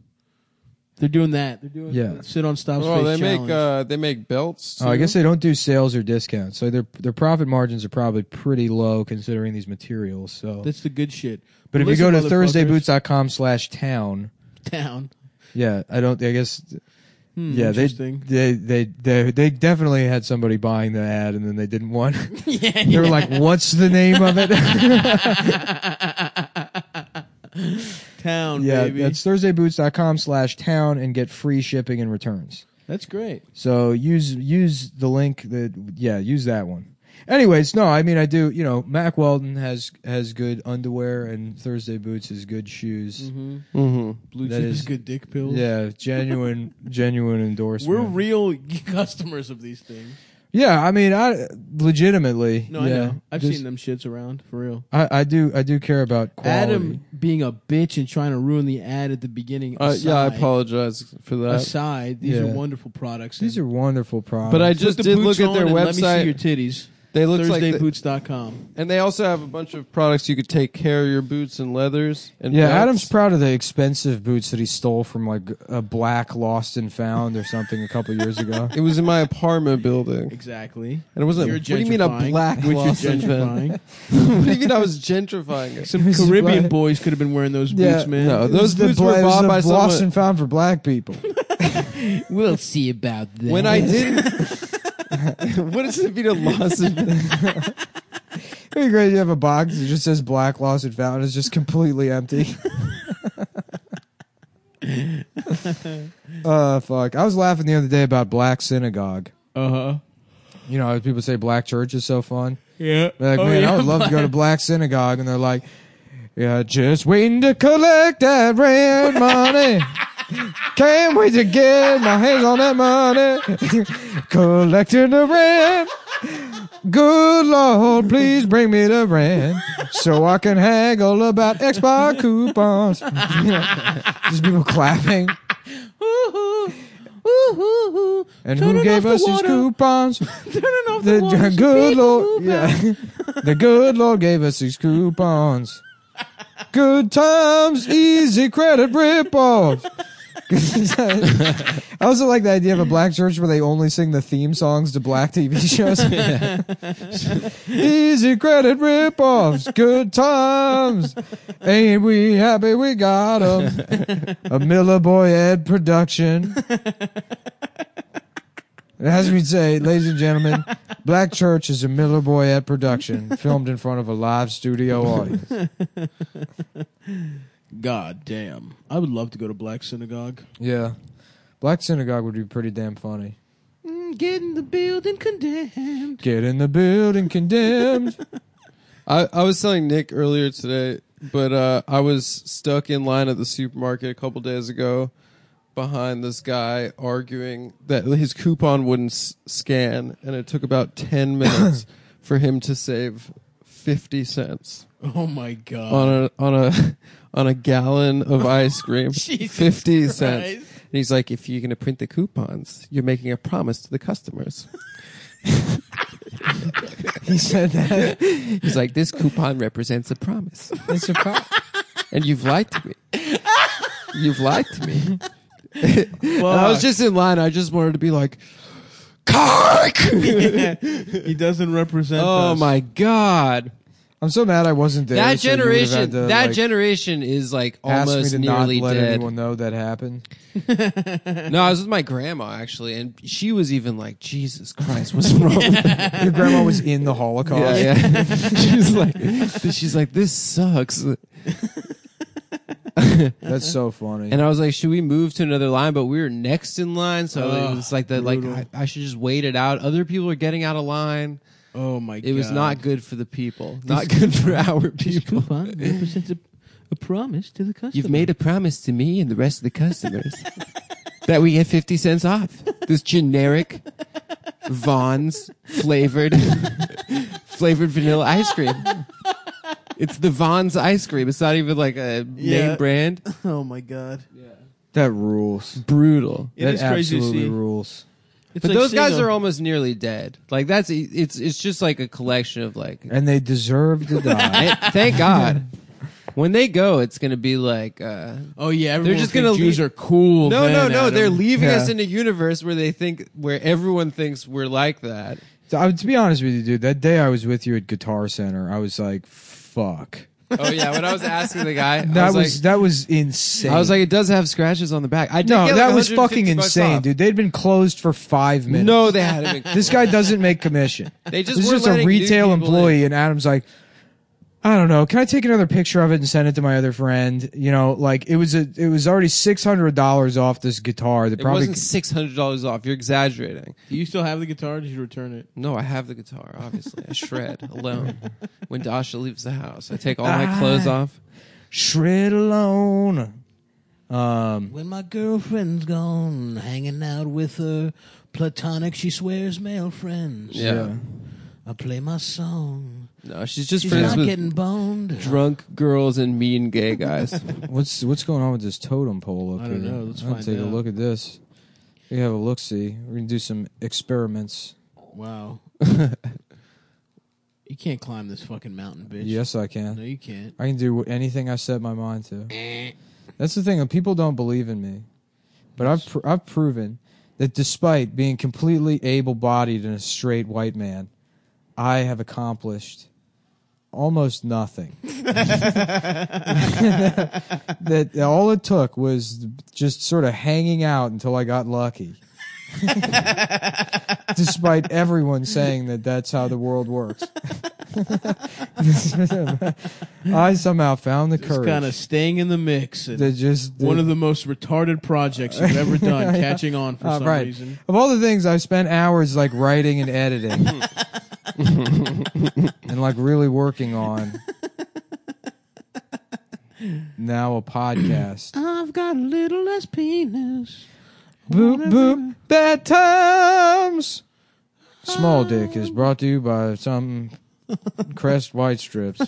Speaker 2: They're doing that. They're doing
Speaker 3: Yeah.
Speaker 2: sit on stop
Speaker 1: Oh, they
Speaker 2: face
Speaker 1: make
Speaker 2: challenge.
Speaker 1: uh, they make belts.
Speaker 3: Oh, I
Speaker 1: too?
Speaker 3: guess they don't do sales or discounts, so their their profit margins are probably pretty low considering these materials. So,
Speaker 2: That's the good shit.
Speaker 3: uh, but if you go
Speaker 2: Listen,
Speaker 3: to
Speaker 2: motherfuckers,
Speaker 3: thursdayboots.com/slash town,
Speaker 2: down,
Speaker 3: yeah, I don't. I guess
Speaker 2: Hmm,
Speaker 3: yeah, they,
Speaker 2: interesting.
Speaker 3: they they they they definitely had somebody buying the ad, and then they didn't want.
Speaker 2: yeah,
Speaker 3: they were like, "What's the name of it?"
Speaker 2: town,
Speaker 3: yeah,
Speaker 2: baby.
Speaker 3: that's thursdayboots.com slash town and get free shipping and returns.
Speaker 2: that's great.
Speaker 3: So use use the link that yeah use that one. Anyways, no, I mean I do. You know, Mac Weldon has has good underwear and Thursday Boots is good shoes.
Speaker 2: Mm-hmm.
Speaker 1: hmm
Speaker 2: Blue
Speaker 3: That
Speaker 2: chip is,
Speaker 3: is-
Speaker 2: good dick pills.
Speaker 3: Yeah, genuine genuine endorsement.
Speaker 2: Mm-hmm. We're real customers of these things.
Speaker 3: yeah, I mean I legitimately.
Speaker 2: No,
Speaker 3: yeah,
Speaker 2: I know. I've
Speaker 3: just-
Speaker 2: seen them shits around for real.
Speaker 3: I, I do I do care about quality.
Speaker 2: Adam being a bitch and trying to ruin the ad at the beginning.
Speaker 1: Uh, yeah, I
Speaker 2: aside-
Speaker 1: apologize for that.
Speaker 2: Aside, these are
Speaker 3: Yeah.
Speaker 2: wonderful products.
Speaker 3: These
Speaker 2: and
Speaker 3: are wonderful products.
Speaker 1: But I
Speaker 2: put
Speaker 1: just
Speaker 2: the
Speaker 1: did
Speaker 2: boots
Speaker 1: look at their
Speaker 2: on and Let me
Speaker 1: website.
Speaker 2: see your titties.
Speaker 1: They look like, they-
Speaker 2: ThursdayBoots.com.
Speaker 1: and they also have a bunch of products you could take care of your boots and leathers. And
Speaker 3: yeah,
Speaker 1: belts.
Speaker 3: Adam's proud of the expensive boots that he stole from like a black lost and found or something a couple years ago.
Speaker 1: It was in my apartment building,
Speaker 2: Exactly.
Speaker 1: and it wasn't.
Speaker 2: You're
Speaker 1: What do you mean a
Speaker 2: gentrifying,
Speaker 1: black
Speaker 2: which
Speaker 1: lost
Speaker 2: is
Speaker 1: and found?
Speaker 2: gentrifying.
Speaker 1: What do you mean I was gentrifying it?
Speaker 2: Some Caribbean boys could have been wearing those
Speaker 3: Yeah,
Speaker 2: boots, man.
Speaker 1: no,
Speaker 3: It
Speaker 1: Those
Speaker 3: was the
Speaker 1: boots were
Speaker 3: bla- it was
Speaker 1: bought
Speaker 3: the
Speaker 1: by someone-
Speaker 3: lost and found for black people.
Speaker 2: We'll see about that.
Speaker 1: When I did, what does it mean to lost and found?
Speaker 3: It'd be great. if You have a box that just says "Black Lost and Found." It's just completely empty. uh, fuck! I was laughing the other day about black synagogue.
Speaker 2: Uh huh.
Speaker 3: You know, people say black church is so fun.
Speaker 2: Yeah.
Speaker 3: They're Like,
Speaker 2: Oh,
Speaker 3: man,
Speaker 2: yeah,
Speaker 3: I would love to go to
Speaker 2: black-
Speaker 3: black synagogue, and they're like, "Yeah, just waiting to collect that rent money." Can't wait to get my hands on that money. Collecting the rent. Good Lord, please bring me the rent so I can haggle about Xbox coupons. Just people clapping.
Speaker 2: Woo-hoo. Woo-hoo-hoo.
Speaker 3: And
Speaker 2: Turning
Speaker 3: who
Speaker 2: off
Speaker 3: gave
Speaker 2: the
Speaker 3: us these
Speaker 2: water.
Speaker 3: coupons?
Speaker 2: Turning off the,
Speaker 3: The
Speaker 2: water so
Speaker 3: good
Speaker 2: people
Speaker 3: Lord,
Speaker 2: move out.
Speaker 3: yeah. the good Lord gave us these coupons. Good times, easy credit ripoff. I also like the idea of a black church where they only sing the theme songs to black TV shows. easy credit ripoffs, good times. Ain't we happy we got 'em? A Miller Boyette production. And As we say, ladies and gentlemen, Black Church is a Miller Boyette production filmed in front of a live studio audience.
Speaker 2: God damn. I would love to go to Black Synagogue.
Speaker 3: Yeah. Black Synagogue would be pretty damn funny.
Speaker 2: Mm, get in the building condemned.
Speaker 3: Get in the building, condemned.
Speaker 1: I, I was telling Nick earlier today, but uh, I was stuck in line at the supermarket a couple days ago behind this guy arguing that his coupon wouldn't s- scan, and it took about 10 minutes for him to save 50 cents
Speaker 2: Oh my god.
Speaker 1: on a on a on a gallon of ice cream.
Speaker 2: Jesus
Speaker 1: 50
Speaker 2: Christ.
Speaker 1: cents. And he's like if you're going to print the coupons, you're making a promise to the customers.
Speaker 3: He said that.
Speaker 1: He's like this coupon represents a promise.
Speaker 3: It's a pro-
Speaker 1: and you've lied to me. you've lied to me. And Oh, I was just in line. I just wanted to be like, "Cock!"
Speaker 2: he doesn't represent
Speaker 1: oh
Speaker 2: us.
Speaker 1: my god!
Speaker 3: I'm so mad I wasn't there.
Speaker 1: That
Speaker 3: so you would have
Speaker 1: generation,
Speaker 3: had to,
Speaker 1: that
Speaker 3: like,
Speaker 1: generation is like
Speaker 3: ask me
Speaker 1: almost
Speaker 3: to
Speaker 1: nearly
Speaker 3: not let
Speaker 1: dead.
Speaker 3: anyone know that happened.
Speaker 1: No, I was with my grandma actually, and she was even like, "Jesus Christ, what's wrong?" with you?"
Speaker 3: Your grandma was in the Holocaust.
Speaker 1: yeah, yeah. she's like, she's like, "This sucks."
Speaker 3: That's so funny.
Speaker 1: And I was like, should we move to another line? But we were next in line, so
Speaker 2: Ugh,
Speaker 1: it was like that. Like
Speaker 2: brutal.
Speaker 1: I, I should just wait it out. Other people are getting out of line.
Speaker 2: Oh my god.
Speaker 1: It was not good for the people. Not good for our
Speaker 2: This
Speaker 1: people.
Speaker 2: coupon represents a, a promise to the customer.
Speaker 1: You've made a promise to me and the rest of the customers that we get 50 cents off. This generic Vaughn's flavored flavored vanilla ice cream. It's the Vaughn's ice cream. It's not even like a
Speaker 2: Yeah.
Speaker 1: name brand.
Speaker 2: Oh my god.
Speaker 3: that rules.
Speaker 1: Brutal.
Speaker 2: It
Speaker 3: that
Speaker 2: is crazy to
Speaker 3: absolutely
Speaker 2: see.
Speaker 3: rules.
Speaker 2: It's
Speaker 1: but
Speaker 2: like
Speaker 1: those guys
Speaker 2: seeing a-
Speaker 1: are almost nearly dead. Like that's e- it's it's just like a collection of like
Speaker 3: And they deserve to die.
Speaker 1: I- thank God. When they go, it's gonna be like uh
Speaker 2: Oh yeah, everyone
Speaker 1: just
Speaker 2: think
Speaker 1: gonna
Speaker 2: Jews
Speaker 1: leave-
Speaker 2: are cool.
Speaker 1: No,
Speaker 2: then,
Speaker 1: no, no.
Speaker 2: Adam.
Speaker 1: They're leaving
Speaker 3: Yeah.
Speaker 1: us in a universe where they think, where everyone thinks we're like that.
Speaker 3: So, I, to be honest with you, dude, that day I was with you at Guitar Center, I was like, fuck.
Speaker 1: Oh yeah, when I was asking the guy, I
Speaker 3: That was,
Speaker 1: was, like,
Speaker 3: that was insane.
Speaker 1: I was like, it does have scratches on the back. I did
Speaker 3: no,
Speaker 1: get, like,
Speaker 3: that was
Speaker 1: 150
Speaker 3: fucking
Speaker 1: bucks
Speaker 3: insane,
Speaker 1: off.
Speaker 3: dude. They'd been closed for five minutes.
Speaker 1: No, they hadn't. Been
Speaker 3: this guy doesn't make commission.
Speaker 1: They just
Speaker 3: this is
Speaker 1: weren't
Speaker 3: just a
Speaker 1: letting new
Speaker 3: retail
Speaker 1: people
Speaker 3: employee, and Adam's like, I don't know. Can I take another picture of it and send it to my other friend? You know, like it was a, it was already six hundred dollars off this guitar. That
Speaker 1: It
Speaker 3: probably
Speaker 1: wasn't six hundred dollars off. You're exaggerating.
Speaker 2: Do you still have the guitar? Or did you return it?
Speaker 1: No, I have the guitar. Obviously, I shred alone. When Dasha leaves the house, I take all
Speaker 3: Ah.
Speaker 1: my clothes off.
Speaker 3: shred alone. Um,
Speaker 2: When my girlfriend's gone, hanging out with her platonic, she swears male friends.
Speaker 1: Yeah.
Speaker 2: I play my song.
Speaker 1: No, she's just
Speaker 2: She's
Speaker 1: friends
Speaker 2: not
Speaker 1: with
Speaker 2: getting boned.
Speaker 1: drunk girls and mean gay guys.
Speaker 3: what's what's going on with this totem pole up
Speaker 2: I don't
Speaker 3: here?
Speaker 2: know. Let's
Speaker 3: I'm gonna
Speaker 2: find
Speaker 3: take a
Speaker 2: out.
Speaker 3: look at this. We have a look. See, we're gonna do some experiments.
Speaker 2: Wow. you can't climb this fucking mountain, bitch.
Speaker 3: Yes, I can.
Speaker 2: No, you can't.
Speaker 3: I can do anything I set my mind to. That's the thing. People don't believe in me, but I've pr- I've proven that despite being completely able-bodied and a straight white man, I have accomplished almost nothing. that all it took was just sort of hanging out until I got lucky. despite everyone saying that that's how the world works. I somehow found the
Speaker 2: It's
Speaker 3: courage
Speaker 2: kind of staying in the mix. And
Speaker 3: to just
Speaker 2: one of the most retarded projects you've ever done,
Speaker 3: Yeah.
Speaker 2: catching on for
Speaker 3: Uh,
Speaker 2: some
Speaker 3: right.
Speaker 2: reason.
Speaker 3: Of all the things I've spent hours like writing and editing and like really working on. Now a podcast.
Speaker 2: I've got a little less penis.
Speaker 3: boop boop bad times. Small dick is brought to you by some Crest White Strips.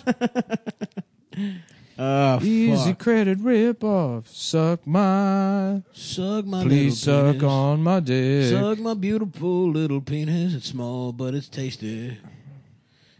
Speaker 2: Oh,
Speaker 3: Easy
Speaker 2: fuck.
Speaker 3: credit rip off. Suck my
Speaker 2: Suck my
Speaker 3: please
Speaker 2: little
Speaker 3: suck
Speaker 2: penis.
Speaker 3: on my dick.
Speaker 2: Suck my beautiful little penis. It's small, but it's tasty.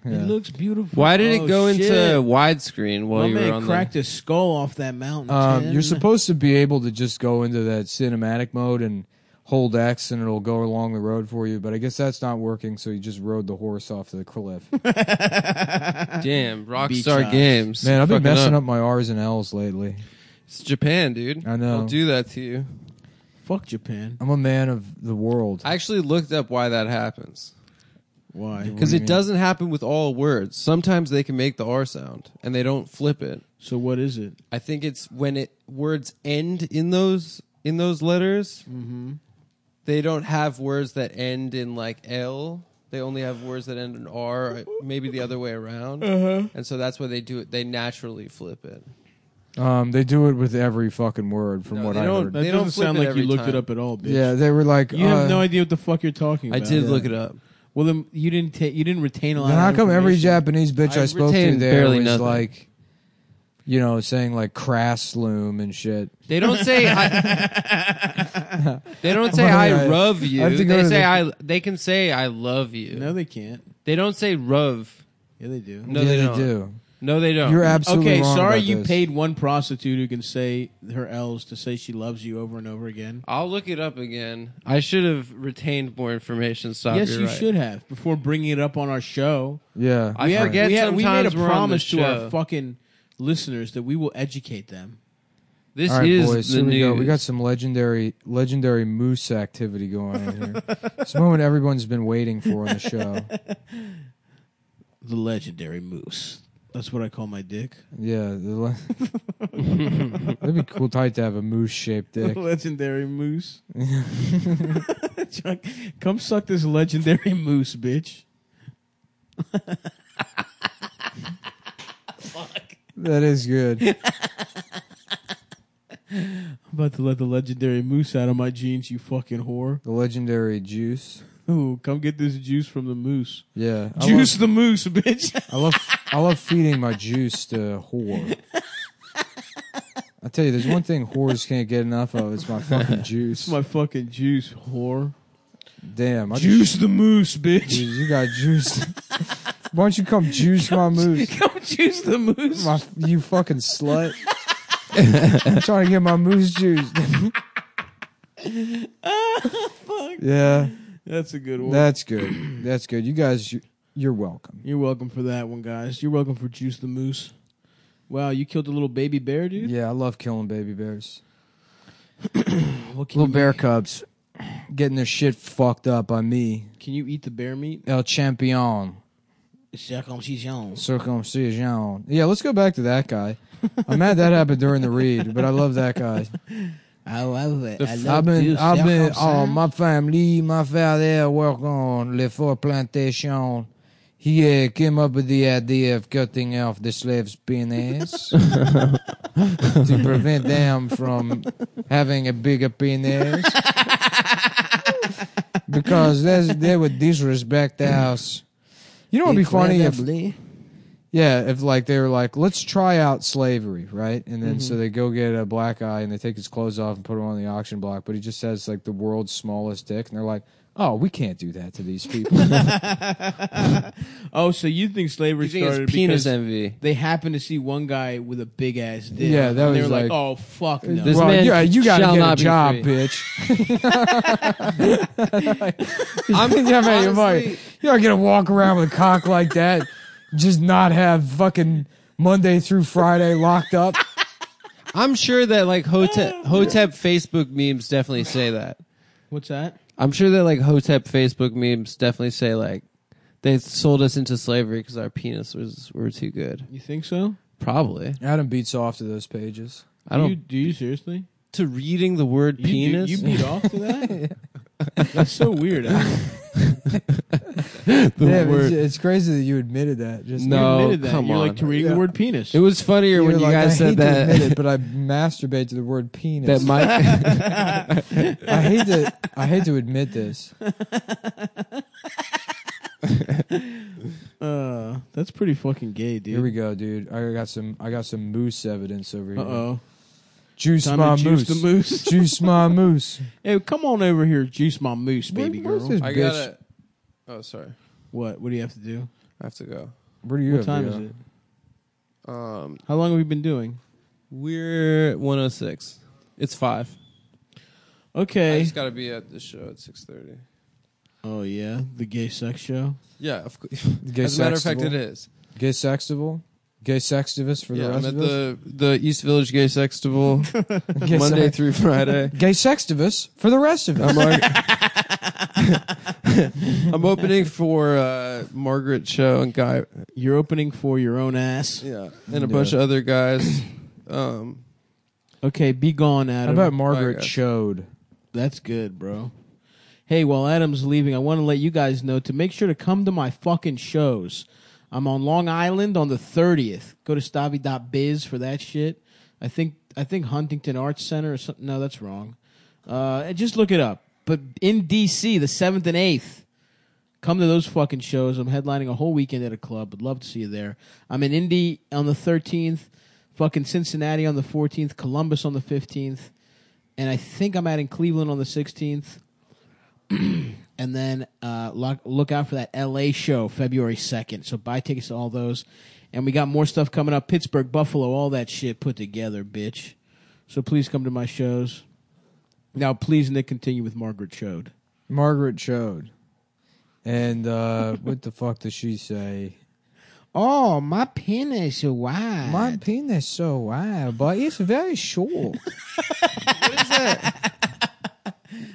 Speaker 3: Yeah.
Speaker 2: It looks beautiful.
Speaker 1: Why did
Speaker 2: Oh,
Speaker 1: it go
Speaker 2: shit.
Speaker 1: into widescreen while
Speaker 2: My
Speaker 1: you were
Speaker 2: man
Speaker 1: on
Speaker 2: cracked his skull off that mountain.
Speaker 3: Um,
Speaker 2: Tim.
Speaker 3: you're supposed to be able to just go into that cinematic mode and hold X, and it'll go along the road for you. But I guess that's not working, so you just rode the horse off the cliff.
Speaker 1: the damn
Speaker 2: Beach
Speaker 1: Rockstar
Speaker 2: house.
Speaker 1: Games?
Speaker 3: Man, I've been
Speaker 1: Fucking
Speaker 3: messing up. my R's and L's lately.
Speaker 1: It's Japan, dude.
Speaker 3: I know.
Speaker 1: I'll do that to you.
Speaker 2: Fuck Japan.
Speaker 3: I'm a man of the world.
Speaker 1: I actually looked up why that happens
Speaker 2: Why?
Speaker 1: because
Speaker 3: do you
Speaker 1: it
Speaker 3: mean?
Speaker 1: doesn't happen with all words. Sometimes they can make the R sound and they don't flip it.
Speaker 2: So what is it?
Speaker 1: I think it's when it words end in those in those letters.
Speaker 2: Mm-hmm.
Speaker 1: They don't have words that end in like L. They only have words that end in R. Maybe the other way around.
Speaker 2: Uh-huh.
Speaker 1: And so that's why they do it. They naturally flip it.
Speaker 3: Um, they do it with every fucking word, from
Speaker 1: No,
Speaker 3: what
Speaker 1: Oh, they
Speaker 3: I
Speaker 1: don't-
Speaker 3: heard.
Speaker 2: That
Speaker 1: They don't
Speaker 2: doesn't
Speaker 1: flip
Speaker 2: sound
Speaker 1: it
Speaker 2: like
Speaker 1: every
Speaker 2: you looked it
Speaker 1: time.
Speaker 2: up at all, bitch.
Speaker 3: Yeah, they were like,
Speaker 2: You
Speaker 3: uh,
Speaker 2: have no idea what the fuck you're talking
Speaker 1: I
Speaker 2: about.
Speaker 1: did look it up.
Speaker 2: Well, then you didn't take. You didn't retain a lot.
Speaker 3: Then
Speaker 2: of
Speaker 3: how come every
Speaker 2: information?
Speaker 3: Japanese bitch I,
Speaker 1: I
Speaker 3: spoke to
Speaker 1: retained
Speaker 3: there
Speaker 1: barely
Speaker 3: was
Speaker 1: nothing.
Speaker 3: like, you know, saying like crass loom and shit?
Speaker 1: They don't say I, They don't say
Speaker 3: Oh,
Speaker 1: I
Speaker 3: yeah.
Speaker 1: love
Speaker 3: I
Speaker 1: you.
Speaker 3: have to go
Speaker 1: They
Speaker 3: to
Speaker 1: say
Speaker 3: the-
Speaker 1: I they can say I love you.
Speaker 2: No, they can't.
Speaker 1: They don't say rove.
Speaker 2: Yeah, they do.
Speaker 1: No,
Speaker 3: yeah,
Speaker 1: they
Speaker 3: they
Speaker 1: don't.
Speaker 3: do.
Speaker 1: No they don't.
Speaker 3: You're absolutely
Speaker 2: okay,
Speaker 3: wrong
Speaker 2: sorry
Speaker 3: about
Speaker 2: you
Speaker 3: this.
Speaker 2: paid one prostitute who can say her L's to say she loves you over and over again.
Speaker 1: I'll look it up again. I should have retained more information. Stop.
Speaker 2: yes,
Speaker 1: you're
Speaker 2: you
Speaker 1: right.
Speaker 2: should have before bringing it up on our show.
Speaker 3: Yeah,
Speaker 1: I
Speaker 2: have-
Speaker 1: forget
Speaker 2: we, have- we made a
Speaker 1: sometimes we're on the
Speaker 2: promise to
Speaker 1: show.
Speaker 2: our fucking listeners that we will educate them.
Speaker 1: This
Speaker 3: All right,
Speaker 1: is
Speaker 3: boys.
Speaker 1: the
Speaker 3: here we
Speaker 1: news.
Speaker 3: go. We got some legendary, legendary moose activity going on here. it's the moment everyone's been waiting for on the show.
Speaker 2: The legendary moose. That's what I call my dick.
Speaker 3: Yeah, the le- that'd be cool tight to have a moose-shaped dick.
Speaker 2: legendary moose. Chuck, come suck this legendary moose, bitch.
Speaker 3: That is good.
Speaker 2: I'm about to let the legendary moose out of my jeans, you fucking whore.
Speaker 3: The legendary juice.
Speaker 2: Ooh, come get this juice from the moose.
Speaker 3: Yeah, I
Speaker 2: Juice the moose, bitch.
Speaker 3: Love, I love, I love feeding my juice to whore. I tell you, there's one thing whores can't get enough of. It's my fucking juice.
Speaker 2: my fucking juice, whore.
Speaker 3: Damn, I just-
Speaker 2: Juice the moose, bitch.
Speaker 3: Dude, you got juice. Why don't you come juice my moose?
Speaker 2: Come juice the moose.
Speaker 3: my you fucking slut. trying to get my moose juice. yeah,
Speaker 2: That's a good one.
Speaker 3: that's good. That's good. You guys, you- you're welcome.
Speaker 2: You're welcome for that one, guys. You're welcome for juice the moose. Wow, you killed a little baby bear, dude.
Speaker 3: Yeah, I love killing baby bears.
Speaker 2: What can you
Speaker 3: Little bear
Speaker 2: eat?
Speaker 3: cubs getting their shit fucked up by me.
Speaker 2: Can you eat the bear meat?
Speaker 3: El champion.
Speaker 2: Circumcision.
Speaker 3: Circumcision. Yeah, let's go back to that guy. I'm mad that happened during the read, but I love that guy.
Speaker 2: I love it. I
Speaker 3: I've been, I've been, oh, my family, my father work on le fort plantation. He uh, came up with the idea of cutting off the slaves' penis to prevent them from having a bigger penis. because that's, they would disrespect us. You know what would be funny if yeah, if like they were like, let's try out slavery, right? And then
Speaker 1: Mm-hmm.
Speaker 3: so they go get a black guy and they take his clothes off and put him on the auction block, but he just has like the world's smallest dick, and they're like, oh, we can't do that to these people.
Speaker 2: oh, so you think slavery
Speaker 1: You think
Speaker 2: started
Speaker 1: it's penis
Speaker 2: because
Speaker 1: envy?
Speaker 2: they happened to see one guy with a big ass dick?
Speaker 3: Yeah, that
Speaker 2: and they
Speaker 3: was
Speaker 2: were like,
Speaker 3: like-
Speaker 2: "Oh fuck no!"
Speaker 1: This
Speaker 3: well,
Speaker 1: man
Speaker 3: you, uh, you gotta
Speaker 1: shall
Speaker 3: get a
Speaker 1: not be free.
Speaker 3: job, bitch. I'm gonna tell you, like,
Speaker 1: Honestly-
Speaker 3: you're not gonna walk around with a cock like that, just not have fucking Monday through Friday locked up.
Speaker 1: I'm sure that like Hotep, Hotep Facebook memes definitely say that.
Speaker 2: What's that?
Speaker 1: I'm sure that like Hotep Facebook memes definitely say like they sold us into slavery because our penis was were too good.
Speaker 2: You think so?
Speaker 1: Probably.
Speaker 3: Adam beats off to those pages.
Speaker 1: I
Speaker 2: Do
Speaker 1: don't
Speaker 2: You, do you seriously?
Speaker 1: to reading the word
Speaker 2: You do-
Speaker 1: penis.
Speaker 2: you beat off to that? That's so weird. Adam.
Speaker 1: the
Speaker 3: yeah, it's-
Speaker 1: word.
Speaker 3: It's, crazy that you admitted that. Just
Speaker 1: No.
Speaker 2: you admitted that.
Speaker 1: come
Speaker 2: You're
Speaker 1: on.
Speaker 2: like to reading
Speaker 3: Yeah.
Speaker 2: the word penis.
Speaker 1: It was funnier
Speaker 3: You're
Speaker 1: when you
Speaker 3: like,
Speaker 1: guys
Speaker 3: I
Speaker 1: said
Speaker 3: hate To admit
Speaker 1: that
Speaker 3: it, but I masturbate to the word penis.
Speaker 1: that my
Speaker 3: I hate to. I hate to admit this.
Speaker 2: uh, that's pretty fucking gay, dude.
Speaker 3: Here we go, dude. I got some. I got some moose evidence over here.
Speaker 2: Uh oh.
Speaker 3: Juice
Speaker 2: Time
Speaker 3: my
Speaker 2: to juice the
Speaker 3: moose.
Speaker 2: moose.
Speaker 3: juice my moose.
Speaker 2: hey, come on over here, juice my moose, baby
Speaker 3: Where- where's
Speaker 2: girl.
Speaker 3: this bitch?
Speaker 1: Oh, sorry.
Speaker 2: What? What do you have to do?
Speaker 1: I have to go.
Speaker 3: What do you
Speaker 2: What
Speaker 3: have,
Speaker 2: time
Speaker 3: Leo?
Speaker 2: is it?
Speaker 1: Um,
Speaker 2: How long have we been doing?
Speaker 1: we're 106. It's five. I
Speaker 2: Okay.
Speaker 1: just gotta be at the show at 6:30.
Speaker 2: oh yeah, the gay sex show.
Speaker 1: Yeah, of course.
Speaker 3: Gay
Speaker 1: As a matter of fact,
Speaker 3: sextival?
Speaker 1: it is.
Speaker 3: Gay sextival. Gay sextivus for
Speaker 1: yeah,
Speaker 3: the rest
Speaker 1: I'm at
Speaker 3: of us.
Speaker 1: the the East Village Gay Sextival
Speaker 3: Gay
Speaker 1: Monday
Speaker 3: sex-
Speaker 1: through Friday.
Speaker 3: Gay sextivus for the rest of us.
Speaker 1: I'm, ar- I'm opening for uh, Margaret Cho and Guy,
Speaker 2: You're opening for your own ass.
Speaker 1: yeah, and a bunch of other guys. Um,
Speaker 2: Okay, be gone,
Speaker 3: How
Speaker 2: Adam.
Speaker 3: about
Speaker 1: Bye,
Speaker 3: Margaret
Speaker 1: guys.
Speaker 3: Chode?
Speaker 2: That's good, bro. Hey, while Adam's leaving, I want to let you guys know to make sure to come to my fucking shows. I'm on Long Island on the 30th. Go to stabby.biz for that shit. I think I think Huntington Arts Center or something. No, that's wrong. Uh, and just look it up. But in DC, the 7th and 8th. Come to those fucking shows. I'm headlining a whole weekend at a club. Would love to see you there. I'm in Indy on the 13th, fucking Cincinnati on the 14th, Columbus on the 15th and I think I'm out in Cleveland on the 16th. and then uh, look, look out for that LA show February 2nd. So buy tickets to all those. And we got more stuff coming up Pittsburgh, Buffalo, all that shit put together, bitch. So please come to my shows. Now, please, Nick, continue with Margaret Chode.
Speaker 3: Margaret Chode. And uh, what the fuck does she say?
Speaker 2: Oh, my penis is wide.
Speaker 3: My penis so wide, but it's very short.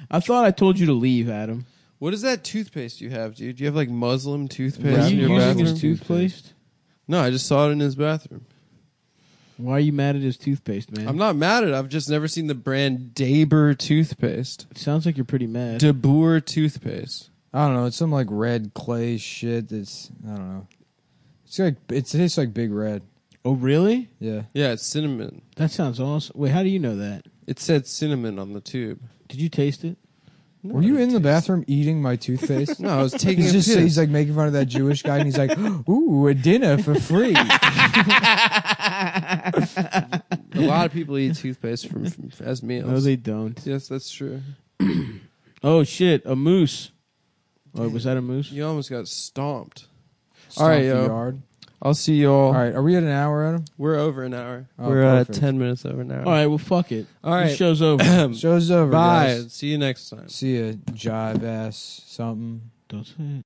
Speaker 2: I thought I told you to leave, Adam.
Speaker 1: what is that toothpaste you have, dude? Do you have like Muslim
Speaker 3: Were
Speaker 1: toothpaste
Speaker 2: Are
Speaker 1: in
Speaker 2: you
Speaker 1: your
Speaker 2: using
Speaker 1: bathroom?
Speaker 2: his toothpaste?
Speaker 1: no, I just saw it in his bathroom.
Speaker 2: Why are you mad at his toothpaste, man?
Speaker 1: I'm not mad at it. I've just never seen the brand Daber toothpaste.
Speaker 2: It sounds like you're pretty mad.
Speaker 1: Dabour toothpaste.
Speaker 3: I don't know. It's some like red clay shit. That's I don't know. It's like it tastes like Big Red.
Speaker 2: oh, really?
Speaker 3: Yeah.
Speaker 1: Yeah, it's cinnamon.
Speaker 2: That sounds awesome. Wait, how do you know that?
Speaker 1: It said cinnamon on the tube.
Speaker 2: Did you taste it?
Speaker 3: Were you in the bathroom eating my toothpaste?
Speaker 1: No, I was taking
Speaker 3: He's
Speaker 1: a
Speaker 3: just
Speaker 1: piss.
Speaker 3: he's like making fun of that Jewish guy, and he's like, "Ooh, a dinner for free."
Speaker 1: a lot of people eat toothpaste from, from as meals.
Speaker 2: No, they don't.
Speaker 1: yes, that's true.
Speaker 2: Oh shit, a moose. Oh, was that a moose?
Speaker 1: You almost got stomped.
Speaker 3: Stomp
Speaker 1: right,
Speaker 3: the
Speaker 1: yo.
Speaker 3: yard.
Speaker 1: I'll see you all.
Speaker 3: All right, are we at an hour, Adam?
Speaker 1: We're over an hour.
Speaker 3: Oh,
Speaker 1: We're uh,
Speaker 3: perfect.
Speaker 1: 10 minutes over an hour.
Speaker 2: All right, well fuck it.
Speaker 1: All right.
Speaker 2: This show's over.
Speaker 3: Show's over.
Speaker 1: Bye.
Speaker 3: guys.
Speaker 1: See you next time.
Speaker 3: See ya, jive ass something.
Speaker 2: don't say it.